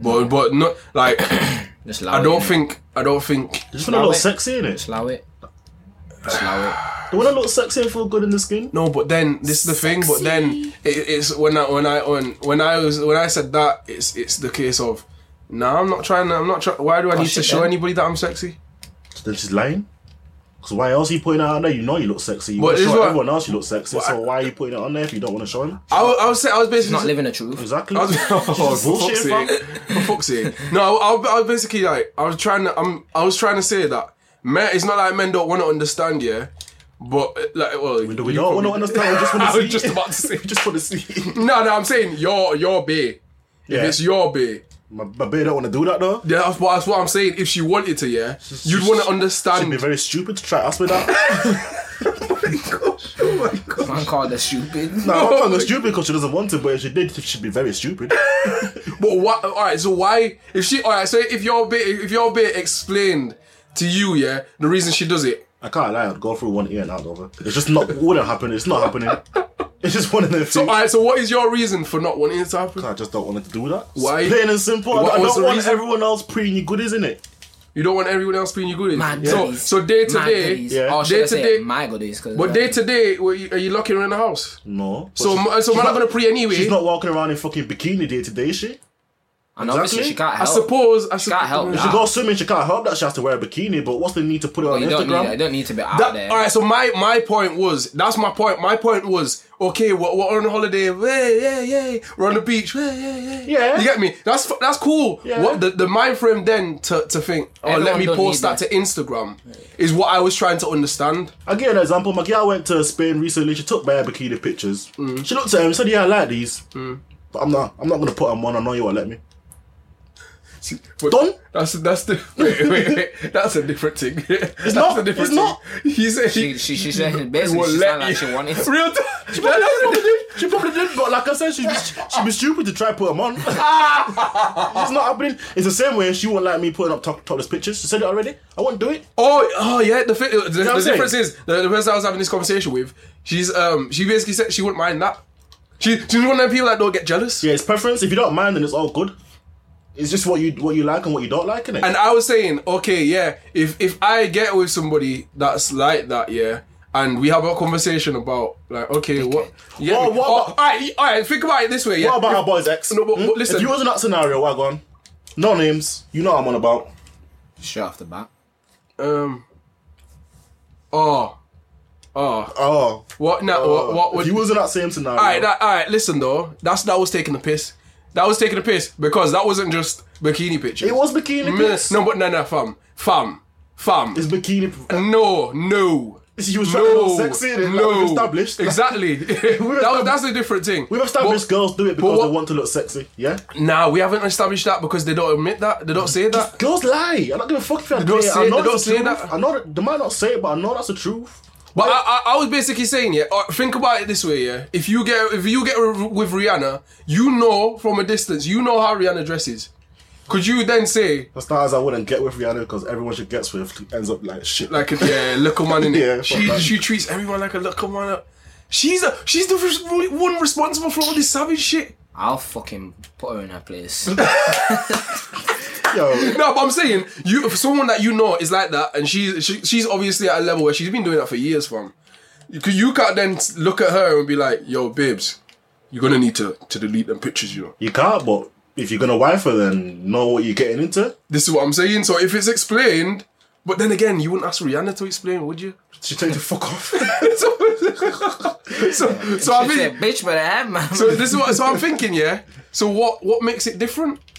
Speaker 2: But but not like I
Speaker 1: I
Speaker 2: don't think I don't think
Speaker 4: It's just a little
Speaker 1: it.
Speaker 4: sexy, innit?
Speaker 1: Slow it. Just allow it.
Speaker 4: Do you want to look sexy and feel good in the skin?
Speaker 2: No, but then this is the thing. But then it, it's when I when I when, when I was when I said that it's it's the case of nah, I'm not trying. to I'm not trying. Why do I need to
Speaker 1: shit,
Speaker 2: show
Speaker 1: then.
Speaker 2: anybody that I'm sexy?
Speaker 4: Then she's lying. Because why else are you putting it on there? You know you look sexy. You
Speaker 2: But
Speaker 4: wanna
Speaker 2: this is
Speaker 4: show
Speaker 2: what-
Speaker 4: everyone else you look sexy.
Speaker 2: But I-
Speaker 4: so why are you putting it on there if you don't want to show him?
Speaker 2: I, wa- I was say- I was basically
Speaker 1: Not living the truth.
Speaker 4: Exactly.
Speaker 2: I was, oh,
Speaker 4: She's
Speaker 2: for fuck's
Speaker 4: bullshit, fam.
Speaker 2: sake. For fuck's sake. No, I, I, I was basically like, I was trying to, I'm, I was trying to say that men, it's not like men don't want to understand, yeah, but uh, like, well,
Speaker 4: We don't want to understand. We just want
Speaker 2: I
Speaker 4: to
Speaker 2: was
Speaker 4: see.
Speaker 2: just about to say.
Speaker 4: We just want to see.
Speaker 2: no, no, I'm saying your, your bae.
Speaker 4: Yeah.
Speaker 2: It's your bae.
Speaker 4: my, my babe don't want to do that though.
Speaker 2: Yeah, that's what, that's what I'm saying. If she wanted to, yeah, you'd want to
Speaker 4: She'd
Speaker 2: understand.
Speaker 4: be very stupid to try to ask me that.
Speaker 1: Man called her stupid.
Speaker 4: no, I'm calling her stupid because she doesn't want to. But if she did, she'd be very stupid.
Speaker 2: But what? All right. So why? If she, all right. So if your bae, if your bae explained to you, yeah, the reason she does it,
Speaker 4: I can't lie. I'd go through one ear and out the other. It's just not. It wouldn't happen. It's not happening. It's just one of the things.
Speaker 2: All right, so what is your reason for not wanting it to happen?
Speaker 4: I just don't want to do that. It's
Speaker 2: Why?
Speaker 4: plain and simple. I-
Speaker 2: What
Speaker 4: I
Speaker 2: was
Speaker 4: don't
Speaker 2: the
Speaker 4: want
Speaker 2: reason?
Speaker 4: everyone else preying you goodies in it.
Speaker 2: You don't want everyone else being your goodies.
Speaker 1: My
Speaker 2: So,
Speaker 1: goodies.
Speaker 2: so day to
Speaker 1: My
Speaker 2: day, Oh,
Speaker 1: goodies.
Speaker 4: yeah.
Speaker 1: Or Oh, should I
Speaker 2: Day to
Speaker 1: say
Speaker 2: day-
Speaker 1: my goodies? 'cause,
Speaker 2: but
Speaker 1: uh,
Speaker 2: day to day, were you- are you locking her in the house?
Speaker 4: No. But
Speaker 2: So,
Speaker 4: she-
Speaker 2: m- so
Speaker 4: she's
Speaker 2: we're not gonna pre anyway.
Speaker 4: She's not walking around in fucking bikini day to day shit.
Speaker 1: And obviously
Speaker 4: Exactly.
Speaker 1: she can't
Speaker 2: I
Speaker 1: help.
Speaker 2: suppose. I
Speaker 1: She
Speaker 2: su-
Speaker 1: can't help
Speaker 4: She
Speaker 1: Ah.
Speaker 4: goes swimming. She can't help that she has to wear a bikini. But what's the need to put it on
Speaker 1: you
Speaker 4: Instagram?
Speaker 1: don't need, I don't need to be out
Speaker 2: That-
Speaker 1: there.
Speaker 2: all right, so my my point was that's my point. My point was okay. We're, we're on holiday. Yeah, yeah, yeah. We're on the beach. Yeah, yeah, yeah.
Speaker 4: Yeah.
Speaker 2: You get me? That's f- that's cool.
Speaker 4: Yeah.
Speaker 2: What the, the mind frame then to, to think? Oh, let
Speaker 1: Everyone
Speaker 2: me
Speaker 1: don't
Speaker 2: post
Speaker 1: need
Speaker 2: that to Instagram is what I was trying to understand.
Speaker 4: I'll give you an example. My girl went to Spain recently. She took bare bikini pictures.
Speaker 2: Mm.
Speaker 4: She looked at him and said, "Yeah, I like these, but I'm not. I'm not gonna put them on. I know you won't let me."
Speaker 2: But
Speaker 4: Done.
Speaker 2: That's that's the wait, wait, wait. that's a different thing. It's that's
Speaker 4: not,
Speaker 2: A different
Speaker 4: it's not.
Speaker 2: Thing. He said he,
Speaker 1: She, she, she said
Speaker 2: he
Speaker 1: basically
Speaker 2: won't
Speaker 1: she
Speaker 2: let
Speaker 1: sounded like she wanted to.
Speaker 2: Real t-
Speaker 4: She probably did. She probably did. But like I said, she'd be, she'd be stupid to try to put them on. it's not happening. It's the same way she won't like me putting up top, topless pictures. She said it already. I won't do it.
Speaker 2: Oh, oh yeah. The, fi- the,
Speaker 4: what I'm
Speaker 2: the
Speaker 4: saying?
Speaker 2: difference is the, the person I was having this conversation with. She's um she basically said she wouldn't mind that. She she's one of them people that don't get jealous.
Speaker 4: Yeah, it's preference. If you don't mind, then it's all good. It's just what you what you like and what you don't like, innit?
Speaker 2: And I was saying, okay, yeah, if if I get with somebody that's like that, yeah, and we have a conversation about like, okay, what? Yeah. Oh,
Speaker 4: Well, what
Speaker 2: all
Speaker 4: about-
Speaker 2: right, all right. Think about it this way. Yeah.
Speaker 4: What about our boy's ex?
Speaker 2: No, but- but listen.
Speaker 4: If you was in that scenario, Wagwan, no names, you know what I'm on about.
Speaker 1: Straight off the bat.
Speaker 2: Um. Oh. Oh.
Speaker 4: Oh,
Speaker 2: What? No. what? What?
Speaker 4: if
Speaker 2: Would,
Speaker 4: you was in that same scenario,
Speaker 2: all right. That, all right. Listen though. That's that was taking the piss. That was taking the piss because that wasn't just bikini pictures.
Speaker 4: it was bikini. pics.
Speaker 2: No, but no, no, fam, fam, fam.
Speaker 4: It's bikini.
Speaker 2: no, no.
Speaker 4: You was trying to
Speaker 2: No,
Speaker 4: look sexy and
Speaker 2: no.
Speaker 4: we've established.
Speaker 2: exactly. that was,
Speaker 4: established-
Speaker 2: that's a different thing.
Speaker 4: We've
Speaker 2: But-
Speaker 4: established girls do it because
Speaker 2: what-
Speaker 4: they want to look sexy. Yeah,
Speaker 2: Nah, we haven't established that because they don't admit that. They don't say that.
Speaker 4: girls lie. I don't give a fuck if I
Speaker 2: don't
Speaker 4: do it.
Speaker 2: say-
Speaker 4: I
Speaker 2: they
Speaker 4: know
Speaker 2: don't
Speaker 4: that's the
Speaker 2: say
Speaker 4: truth.
Speaker 2: that.
Speaker 4: I know that, they might not say it, but I know that's the truth.
Speaker 2: But I, I, I was basically saying, yeah. Or think about it this way, yeah. If you get, if you get with Rihanna, you know from a distance, you know how Rihanna dresses. Could you then say,
Speaker 4: The stars I wouldn't get with Rihanna because everyone she gets with ends up like shit.
Speaker 2: like, yeah, look a man in it.
Speaker 4: Yeah, fuck
Speaker 2: she
Speaker 4: that.
Speaker 2: she treats everyone like a look a man. She's a, she's the first one responsible for all this savage shit.
Speaker 1: I'll fucking put her in her place.
Speaker 4: yo,
Speaker 2: No, but I'm saying you, if someone that you know is like that, and she's she, she's obviously at a level where she's been doing that for years, fam. You, can- you can't then look at her and be like, "Yo, babes, you're gonna need to to delete them pictures," you know.
Speaker 4: you can't. But if you're gonna wife her, then know what you're getting into.
Speaker 2: This is what I'm saying. So if it's explained, but then again, you wouldn't ask Rihanna to explain, would you?
Speaker 4: She tell you to fuck off.
Speaker 2: so, so, so I
Speaker 1: She said,
Speaker 2: mean,
Speaker 1: bitch, but I am, man.
Speaker 2: so this is what so I'm thinking, yeah. So what what makes it different?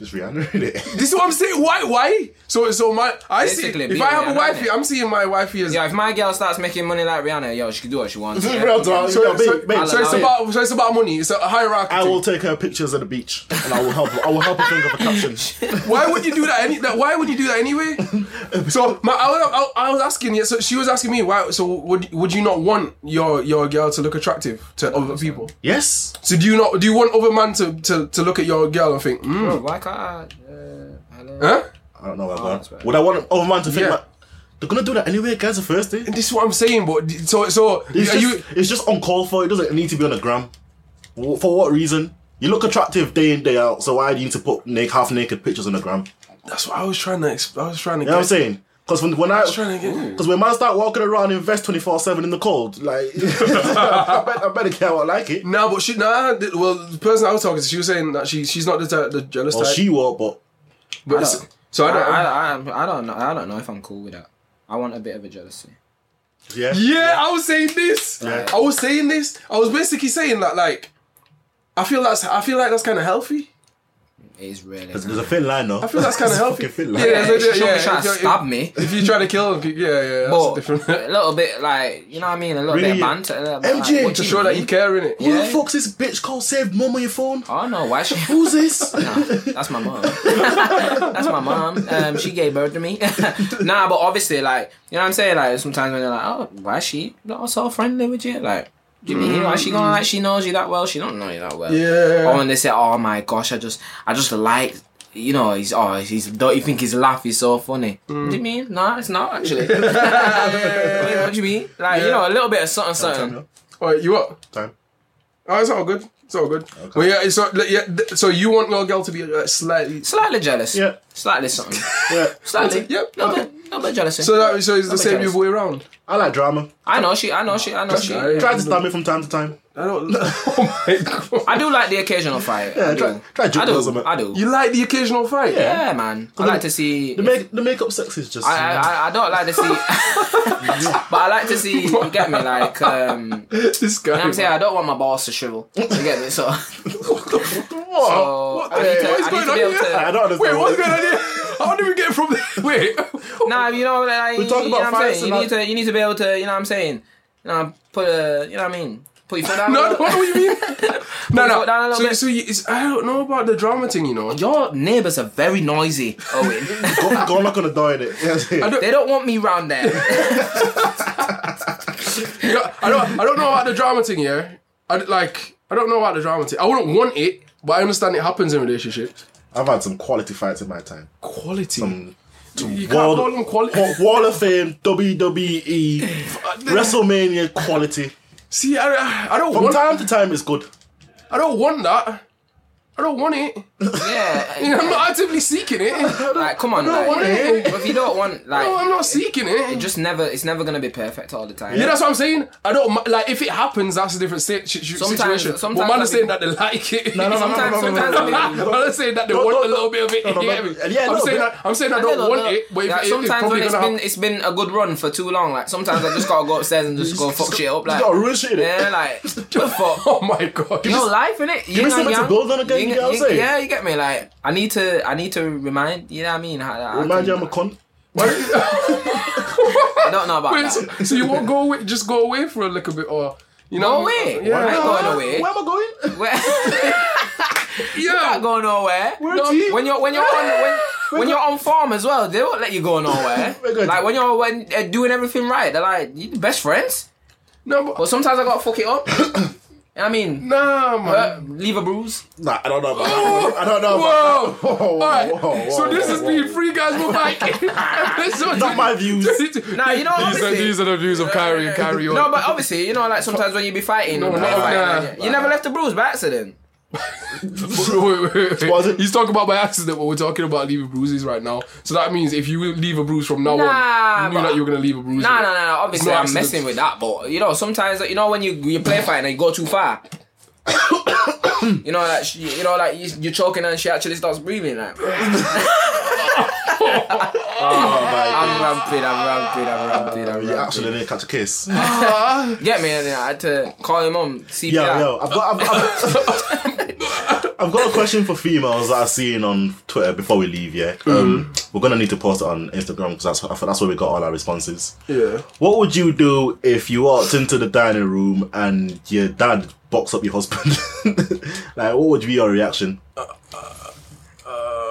Speaker 4: Just Rihanna, innit?
Speaker 2: This is what I'm saying. Why why? So so my I
Speaker 1: Basically,
Speaker 2: see if
Speaker 1: being
Speaker 2: I have a
Speaker 1: Rihanna,
Speaker 2: wifey,
Speaker 1: innit?
Speaker 2: I'm seeing my wifey as
Speaker 1: Yo, if my girl starts making money like Rihanna, yo, she can do what she wants.
Speaker 4: This is
Speaker 1: yeah?
Speaker 4: real talk.
Speaker 2: So,
Speaker 4: Yo, babe,
Speaker 2: so-
Speaker 4: babe,
Speaker 2: so it's
Speaker 1: babe.
Speaker 2: about so it's about money. It's a hierarchy.
Speaker 4: I
Speaker 2: thing.
Speaker 4: will take her pictures at the beach, and I will help. I will help her think of a caption.
Speaker 2: Why would you do that? Any, that why would you do that anyway? so my, I, was, I, I was asking. Yeah, so she was asking me why. So would would you not want your your girl to look attractive to other people?
Speaker 4: Yes,
Speaker 2: So do you not do you want other man to to, to look at your girl and think, mm,
Speaker 1: Bro, why can't I? Uh, hello?
Speaker 2: huh?
Speaker 4: I don't know about
Speaker 1: that's
Speaker 4: that.
Speaker 1: bad.
Speaker 4: Would I want other man to think
Speaker 2: Yeah.
Speaker 4: that they're gonna do that anyway? Guys, the first thing.
Speaker 2: This is what I'm saying. But so so are
Speaker 4: It's just,
Speaker 2: you?
Speaker 4: it's just uncalled for. It doesn't need to be on the gram. Wh- For what reason? You look attractive day in day out, so why do you need to put na- half naked pictures on the gram? You
Speaker 2: That's what I was trying to. exp- I was trying to.
Speaker 4: know what I'm
Speaker 2: get.
Speaker 4: saying? Because when, when I
Speaker 2: trying to get-
Speaker 4: because when man start walking around in vest twenty four seven in the cold, like I, bet, I better care what I like it.
Speaker 2: No, but she nah. th- Well, the person I was talking to, she was saying that she she's not the type, the jealous
Speaker 4: Well,
Speaker 2: type.
Speaker 4: she wore, but
Speaker 2: but
Speaker 4: I
Speaker 2: it's-
Speaker 4: don't-
Speaker 2: so I
Speaker 1: I,
Speaker 2: don't.
Speaker 1: I, I, I don't know. I don't know if I'm cool with that. I want a bit of a jealousy.
Speaker 4: yeah,
Speaker 2: yeah, I was saying this.
Speaker 4: Yeah.
Speaker 2: I was saying this. I was basically saying that like, I feel that's I feel like that's kind of healthy.
Speaker 1: It is really.
Speaker 4: there's a thin line though. I
Speaker 2: feel that's kinda healthy.
Speaker 4: Thin
Speaker 2: Yeah,
Speaker 4: line.
Speaker 2: yeah,
Speaker 1: She's not
Speaker 2: yeah,
Speaker 1: trying to
Speaker 2: yeah,
Speaker 1: stab
Speaker 2: yeah.
Speaker 1: me.
Speaker 2: If you try to kill, him, yeah, yeah, that's
Speaker 1: But
Speaker 2: different.
Speaker 1: a little bit like you know what I mean. A little
Speaker 4: Really?
Speaker 1: bit of banter. A little bit
Speaker 4: MJ,
Speaker 1: like, what
Speaker 2: to
Speaker 1: do
Speaker 2: show that you
Speaker 1: mean?
Speaker 2: care in it.
Speaker 4: Who the
Speaker 1: Yeah.
Speaker 4: fuck's this bitch called Save Mum on your phone?
Speaker 1: I don't know why she.
Speaker 4: Who's this?
Speaker 1: That's my mom. That's my mom. Um, she gave birth to me. nah, but obviously, like you know what I'm saying. Like sometimes when they're like, oh, why is she not so friendly with you? Like, do you mean why she going like she knows you that well? She don't know you that well.
Speaker 2: Yeah.
Speaker 1: Or when they say, oh my gosh, I just I just like. You know, he's oh, he's don't you think his laugh is so funny? What do you mean? No, it's not actually. What do you mean? Like you
Speaker 2: Yeah.
Speaker 1: know, a little bit of something, something.
Speaker 2: Um,
Speaker 4: Time.
Speaker 2: All right, you what?
Speaker 4: Time.
Speaker 2: Oh, it's all good. It's all good. Well, yeah. So like, yeah. th- So you want your girl to be uh, like, slightly.
Speaker 1: Slightly jealous.
Speaker 4: Yeah.
Speaker 1: Slightly something.
Speaker 4: Yeah.
Speaker 1: Slightly.
Speaker 2: Yep.
Speaker 1: Little bit, little bit jealousy.
Speaker 2: So that so it's the
Speaker 1: Little bit
Speaker 2: same the
Speaker 1: jealous.
Speaker 2: other way around.
Speaker 4: I like drama.
Speaker 1: I know she. I know she. I know she.
Speaker 2: I,
Speaker 4: Try to stab me from time to time.
Speaker 2: I don't. Oh my god.
Speaker 1: I do like the occasional fight. I
Speaker 4: Yeah,
Speaker 1: do.
Speaker 4: try- try
Speaker 1: I
Speaker 4: juke those a
Speaker 1: do.
Speaker 4: bit.
Speaker 1: I do.
Speaker 2: You like the occasional fight?
Speaker 4: Yeah.
Speaker 1: Yeah, man. I like to see.
Speaker 4: The make the makeup sex is just.
Speaker 1: I, I, I don't like to see, but I like to see. You get me? Like, um, you know
Speaker 2: This guy.
Speaker 1: what I'm saying I don't want my balls to shrivel. You get me? So,
Speaker 4: What?
Speaker 1: so
Speaker 2: What
Speaker 1: I
Speaker 2: the-
Speaker 1: need to,
Speaker 2: what is
Speaker 1: I need to
Speaker 2: going
Speaker 1: be
Speaker 2: on
Speaker 1: able
Speaker 2: here?
Speaker 4: I
Speaker 1: to.
Speaker 4: don't understand.
Speaker 2: Wait, what's
Speaker 4: what-
Speaker 2: going on here? How did we get from there? Wait.
Speaker 1: Nah, you know, like,
Speaker 4: We talk
Speaker 1: you know what
Speaker 4: about
Speaker 1: I'm
Speaker 4: fights
Speaker 1: saying. You
Speaker 4: and
Speaker 1: need to, you need to be able to. You know what I'm saying? You know, put a. You know what I mean? Put your foot down.
Speaker 2: No, no, what do you mean? No,
Speaker 1: Put it down a
Speaker 2: no.
Speaker 1: little
Speaker 2: So,
Speaker 1: bit.
Speaker 2: so you, it's, I don't know about the drama thing, you know.
Speaker 1: Your neighbours are very noisy, Owen.
Speaker 4: Go, go knock on the door in it. Yeah,
Speaker 1: they don't want me round there.
Speaker 2: You know, I don't. I don't know about the drama thing. Yeah, I d- like. I don't know about the drama thing. I wouldn't want it, but I understand it happens in relationships.
Speaker 4: I've had some quality fights in my time.
Speaker 2: Quality. you can't
Speaker 4: World-
Speaker 2: call them quality.
Speaker 4: Wa- Wall of Fame, WWE, WrestleMania quality.
Speaker 2: Uh, See, I, I don't
Speaker 4: From
Speaker 2: want.
Speaker 4: time to time, it's good.
Speaker 2: I don't want that. I don't want it.
Speaker 1: Yeah.
Speaker 2: I'm not actively seeking it. No,
Speaker 1: Like, come on,
Speaker 2: don't
Speaker 1: like,
Speaker 2: want it.
Speaker 1: if you don't want, like,
Speaker 2: I'm not seeking it.
Speaker 1: it just never, it's never gonna be perfect all the time.
Speaker 2: yeah, that's what I'm saying. I don't mi- like if it happens. That's a different si- si-
Speaker 1: Sometimes-
Speaker 2: situation.
Speaker 1: sometimes
Speaker 2: but man
Speaker 1: I
Speaker 2: are saying
Speaker 1: think-
Speaker 2: that they like it.
Speaker 4: No, no, no,
Speaker 1: sometimes,
Speaker 4: no, no, no,
Speaker 1: sometimes,
Speaker 4: no,
Speaker 1: I mean,
Speaker 2: I'm not saying that they want
Speaker 4: no,
Speaker 2: a little bit of it.
Speaker 4: no,
Speaker 2: you
Speaker 4: no.
Speaker 2: get me?
Speaker 4: Yeah, a
Speaker 2: I'm
Speaker 4: little
Speaker 2: saying
Speaker 4: bit.
Speaker 2: that. I'm saying I
Speaker 1: I don't
Speaker 2: don't
Speaker 1: know,
Speaker 2: want
Speaker 1: no.
Speaker 2: it. But if,
Speaker 1: Like,
Speaker 2: it- it's
Speaker 1: sometimes
Speaker 2: probably
Speaker 1: when it's
Speaker 2: gonna
Speaker 1: been,
Speaker 2: happen.
Speaker 1: it's been a good run for too long, like sometimes I just gotta go upstairs and just go fuck shit up, like,
Speaker 4: gotta ruin shit, innit?
Speaker 1: yeah, like, the fuck.
Speaker 2: Oh my god!
Speaker 1: You know, life innit? You
Speaker 4: me something to build on again, you get what I'm saying?
Speaker 1: Yeah, you get me. Like, I need to, I need to remind. You know what I mean? I, I,
Speaker 4: Remind
Speaker 1: can-
Speaker 4: you, I'm a cunt.
Speaker 1: I don't know about
Speaker 2: Wait,
Speaker 1: that.
Speaker 2: so, so you won't go away? Just go away for a little bit, or you know?
Speaker 1: Go away.
Speaker 2: Yeah,
Speaker 1: Why not?
Speaker 2: yeah.
Speaker 1: Going away.
Speaker 4: Where am I going?
Speaker 1: can't go nowhere.
Speaker 4: a team.
Speaker 1: when you're when you're on when, when you're on farm as well, they won't let you go nowhere.
Speaker 4: We're good.
Speaker 1: like when you're when they're doing everything right, they're like you the best friends.
Speaker 2: No, but
Speaker 1: But sometimes I gotta fuck it up. you know what I mean,
Speaker 2: nah, man.
Speaker 1: Uh, leave a bruise.
Speaker 4: Nah, I don't know about that. I don't know about
Speaker 2: Whoa!
Speaker 4: that. Uh, Whoa, whoa,
Speaker 2: Alright,
Speaker 4: whoa, whoa,
Speaker 2: so this
Speaker 4: whoa,
Speaker 2: has
Speaker 4: whoa.
Speaker 2: been Free Guys with Mike. Episode
Speaker 4: Not my views.
Speaker 2: 22.
Speaker 1: Nah, you know,
Speaker 2: these are,
Speaker 1: obviously-
Speaker 2: these are the views of Kyrie and Kyrie. on.
Speaker 1: No, but obviously, you know, like sometimes when you be fighting,
Speaker 2: No,
Speaker 1: when
Speaker 2: no,
Speaker 1: you're fighting,
Speaker 2: nah.
Speaker 1: like, you never left a bruise by accident.
Speaker 2: wait, wait, wait, wait.
Speaker 4: Was it-
Speaker 2: He's talking about by accident, but we're talking about leaving bruises right now. So that means if you leave a bruise from now
Speaker 1: Nah,
Speaker 2: on, you knew
Speaker 1: but-
Speaker 2: that you were gonna leave a bruise.
Speaker 1: Nah, nah, nah. nah. Obviously,
Speaker 2: No
Speaker 1: I'm
Speaker 2: accidents.
Speaker 1: messing with that, but you know, sometimes like, you know when you you play fight and you go too far. you know, like she, you know, like you, you're choking her and she actually starts breathing. Like
Speaker 4: Oh, my
Speaker 1: I'm rampant, I'm rampant, I'm rampant, I'm
Speaker 4: You
Speaker 1: rampant.
Speaker 4: actually didn't catch a kiss.
Speaker 1: Get me, and then I had to call him on CPR.
Speaker 4: Yo, yo, I've got, I've, I've, I've got a question for females that I've seen on Twitter before we leave. Yeah,
Speaker 2: Mm.
Speaker 4: um, we're gonna need to post it on Instagram because that's I thought that's where we got all our responses.
Speaker 2: Yeah.
Speaker 4: What would you do if you walked into the dining room and your dad boxed up your husband? like, what would be your reaction?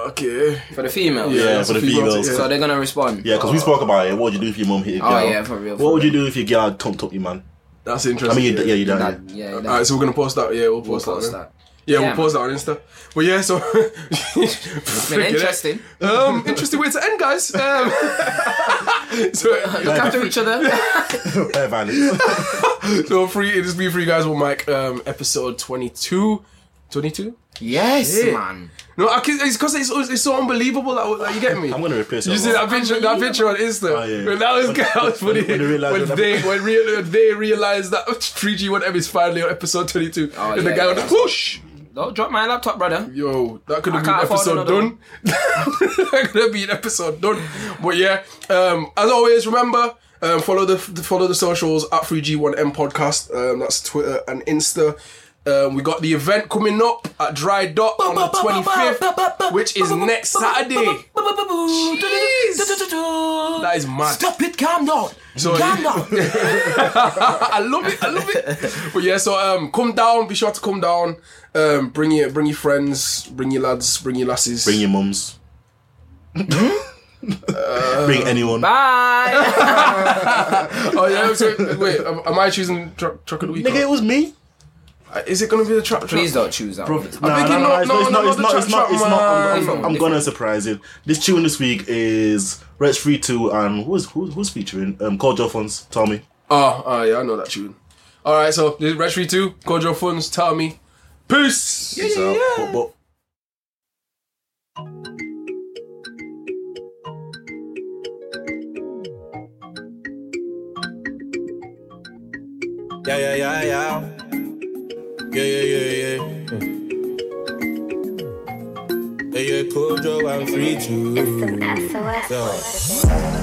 Speaker 2: Okay.
Speaker 1: For the females.
Speaker 4: Yeah,
Speaker 2: that's
Speaker 4: for the
Speaker 2: what females-
Speaker 4: females.
Speaker 1: So they're gonna respond.
Speaker 4: Yeah, because we spoke about it. What would you do if your mum hit your
Speaker 1: Oh,
Speaker 4: girl?
Speaker 1: yeah, for real,
Speaker 4: What
Speaker 1: for
Speaker 4: would you do if your girl thumped up your man?
Speaker 2: That's
Speaker 4: I
Speaker 2: interesting.
Speaker 4: mean, yeah, yeah you
Speaker 1: That,
Speaker 4: done.
Speaker 1: yeah, that,
Speaker 2: Alright, so we're gonna post that. Yeah, we'll
Speaker 1: we'll
Speaker 2: post
Speaker 1: post
Speaker 2: that. then.
Speaker 1: that.
Speaker 2: Yeah, we'll
Speaker 1: Yeah,
Speaker 2: post that on Insta. But yeah, so
Speaker 1: I mean,
Speaker 2: Forget it.
Speaker 1: interesting.
Speaker 2: Um, interesting way to end, guys. Um, so,
Speaker 1: Look after each other.
Speaker 4: Hair violence.
Speaker 2: so free. It is me, free guys with Mike. Um, episode twenty-two. 22?
Speaker 1: Yes,
Speaker 2: Yeah.
Speaker 1: man.
Speaker 2: No, I can, it's because it's, it's so unbelievable. That, like, you get me?
Speaker 4: I'm gonna replace
Speaker 2: You
Speaker 4: that
Speaker 2: see that
Speaker 4: one.
Speaker 2: picture? That picture on Insta.
Speaker 4: Oh, yeah.
Speaker 2: But that was
Speaker 4: When-
Speaker 2: that was funny.
Speaker 4: when- when they realised
Speaker 2: When
Speaker 4: that-
Speaker 2: they when real when they realized that 3G whatever is finally on episode 22,
Speaker 1: Oh,
Speaker 2: and the
Speaker 1: yeah,
Speaker 2: guy
Speaker 1: yeah.
Speaker 2: went whoosh.
Speaker 1: Don't drop my laptop, brother.
Speaker 2: Yo, that could have been
Speaker 1: can't afford
Speaker 2: episode
Speaker 1: another
Speaker 2: done.
Speaker 1: one.
Speaker 2: that could have been episode done. But yeah, um, as always, remember um, follow the follow the socials at 3G1M Podcast. Um, that's Twitter and Insta. Um, we got the event coming up at Dry Dot on the 25th, which is next Saturday.
Speaker 1: Jeez.
Speaker 2: That is mad.
Speaker 1: Stop it, calm down.
Speaker 2: So-
Speaker 1: calm down.
Speaker 2: I love it. I love it. But yeah, so um, come down. Be sure to come down. Um, bring your bring your friends, bring your lads, bring your lasses.
Speaker 4: Bring your mums.
Speaker 1: Hmm?
Speaker 4: Bring anyone.
Speaker 1: Bye.
Speaker 2: oh yeah. So, wait, am, am I choosing tra- track of the week?
Speaker 4: Nigga, it was me.
Speaker 2: Uh, Is it gonna be the trap? track?
Speaker 1: Please don't choose that.
Speaker 2: Bro,
Speaker 1: one.
Speaker 2: I'm thinking no, no,
Speaker 4: it's
Speaker 2: no,
Speaker 4: not, it's
Speaker 2: no,
Speaker 4: not,
Speaker 2: the um,
Speaker 4: it's not,
Speaker 2: trap,
Speaker 4: it's not. I'm-
Speaker 2: man.
Speaker 4: I'm, I'm gonna surprise you. This tune this week is Rex Free 2 and who's who's who's featuring? Um, Cordial Funds, tell me.
Speaker 2: Oh, oh yeah, I know that tune. All right, so this is Retro Two. Kojo Funds. Tell me. Peace.
Speaker 4: So, but- but-
Speaker 6: Yeah, yeah, yeah, yeah. Yeah, yeah, yeah, yeah. Yeah, yeah, Kojo, I'm free to.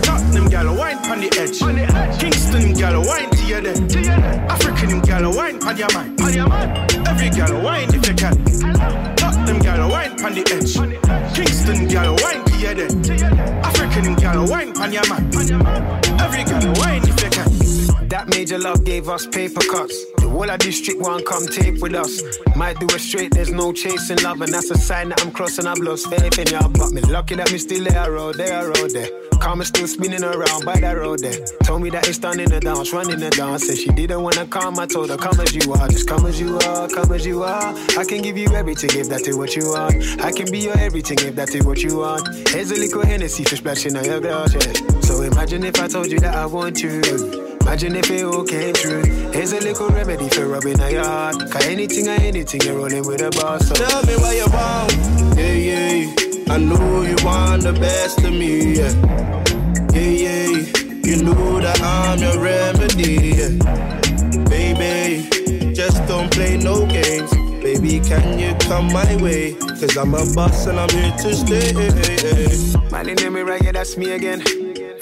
Speaker 7: Tottenham gal wine on the edge. On the edge. Kingston gal wine to your dead. To your dead. African him gal wine on your mind. On your mind. Every gal wine if you can. Tottenham gal wine on the edge. On the edge. Kingston gal wine to your dead. To your dead. African him gal wine on your mind. On your mind. Every gal wine if you can.
Speaker 8: That major love gave us paper cuts. The whole of District 1 come tape with us. Might do it straight, there's no chasing love, and that's a sign that I'm crossing. I've lost faith in y'all, but me lucky that me still there, road there, road there. Karma still spinning around by that road there. Told me that it's done in the dance, running the dance. Said she didn't wanna come, I told her, come as you are, just come as you are, come as you are. I can give you everything if that is what you want. I can be your everything if that is what you want. Here's a little Hennessy for splashing on your glass, yeah. So imagine if I told you that I want you. Imagine if it all came true. Here's a little remedy for rubbing a yard. Cause anything or anything, you're rolling with a boss. So.
Speaker 6: Tell me what you want. Yeah, yeah. I know you want the best of me. Yeah, yeah. yeah. You know that I'm your remedy. Yeah. Baby, just don't play no games. Baby, can you come my way? Cause I'm a boss and I'm here to stay.
Speaker 8: Man in the mirror, yeah, that's me again.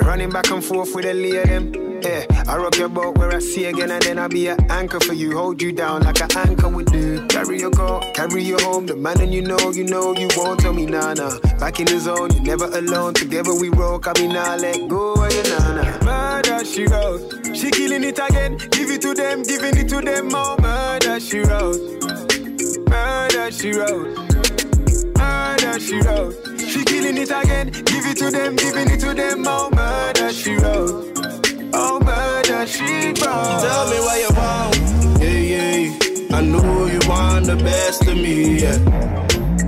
Speaker 8: Running back and forth with a lay of them. Yeah, I rock your boat where I see again, and then I'll be an anchor for you. Hold you down like an anchor would do. Carry your car, carry you home. The man and you know, you know, you won't tell me nah nah. Back in the zone, you're never alone. Together we roll, I mean, nah, let go of your nana. Murder she wrote, she killing it again. Give it to them, giving it to them more. Murder she wrote, murder she wrote murder she wrote. She killing it again, give it to them, giving it to them. Oh, murder she wrote. Oh, murder she wrote.
Speaker 6: Tell me what you want. Yeah, yeah. I know you want the best of me. Yeah,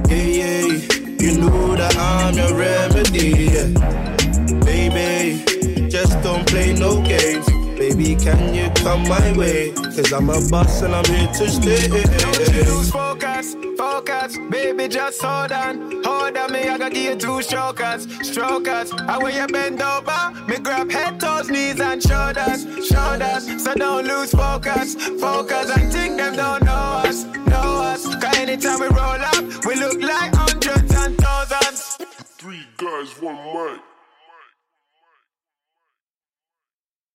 Speaker 6: yeah, yeah. You know that I'm your remedy. Yeah, baby. Just don't play no games. Baby, can you come my way? Cause I'm a boss and I'm here to stay.
Speaker 8: Don't you lose focus, focus, baby, just hold on, hold on, me, I gotta give you two strokers, strokers. I when you bend over, me grab head, toes, knees, and shoulders, shoulders. So don't lose focus, focus. I think them don't know us, know us. Cause anytime we roll up, we look like hundreds and thousands.
Speaker 3: Three guys, one mic.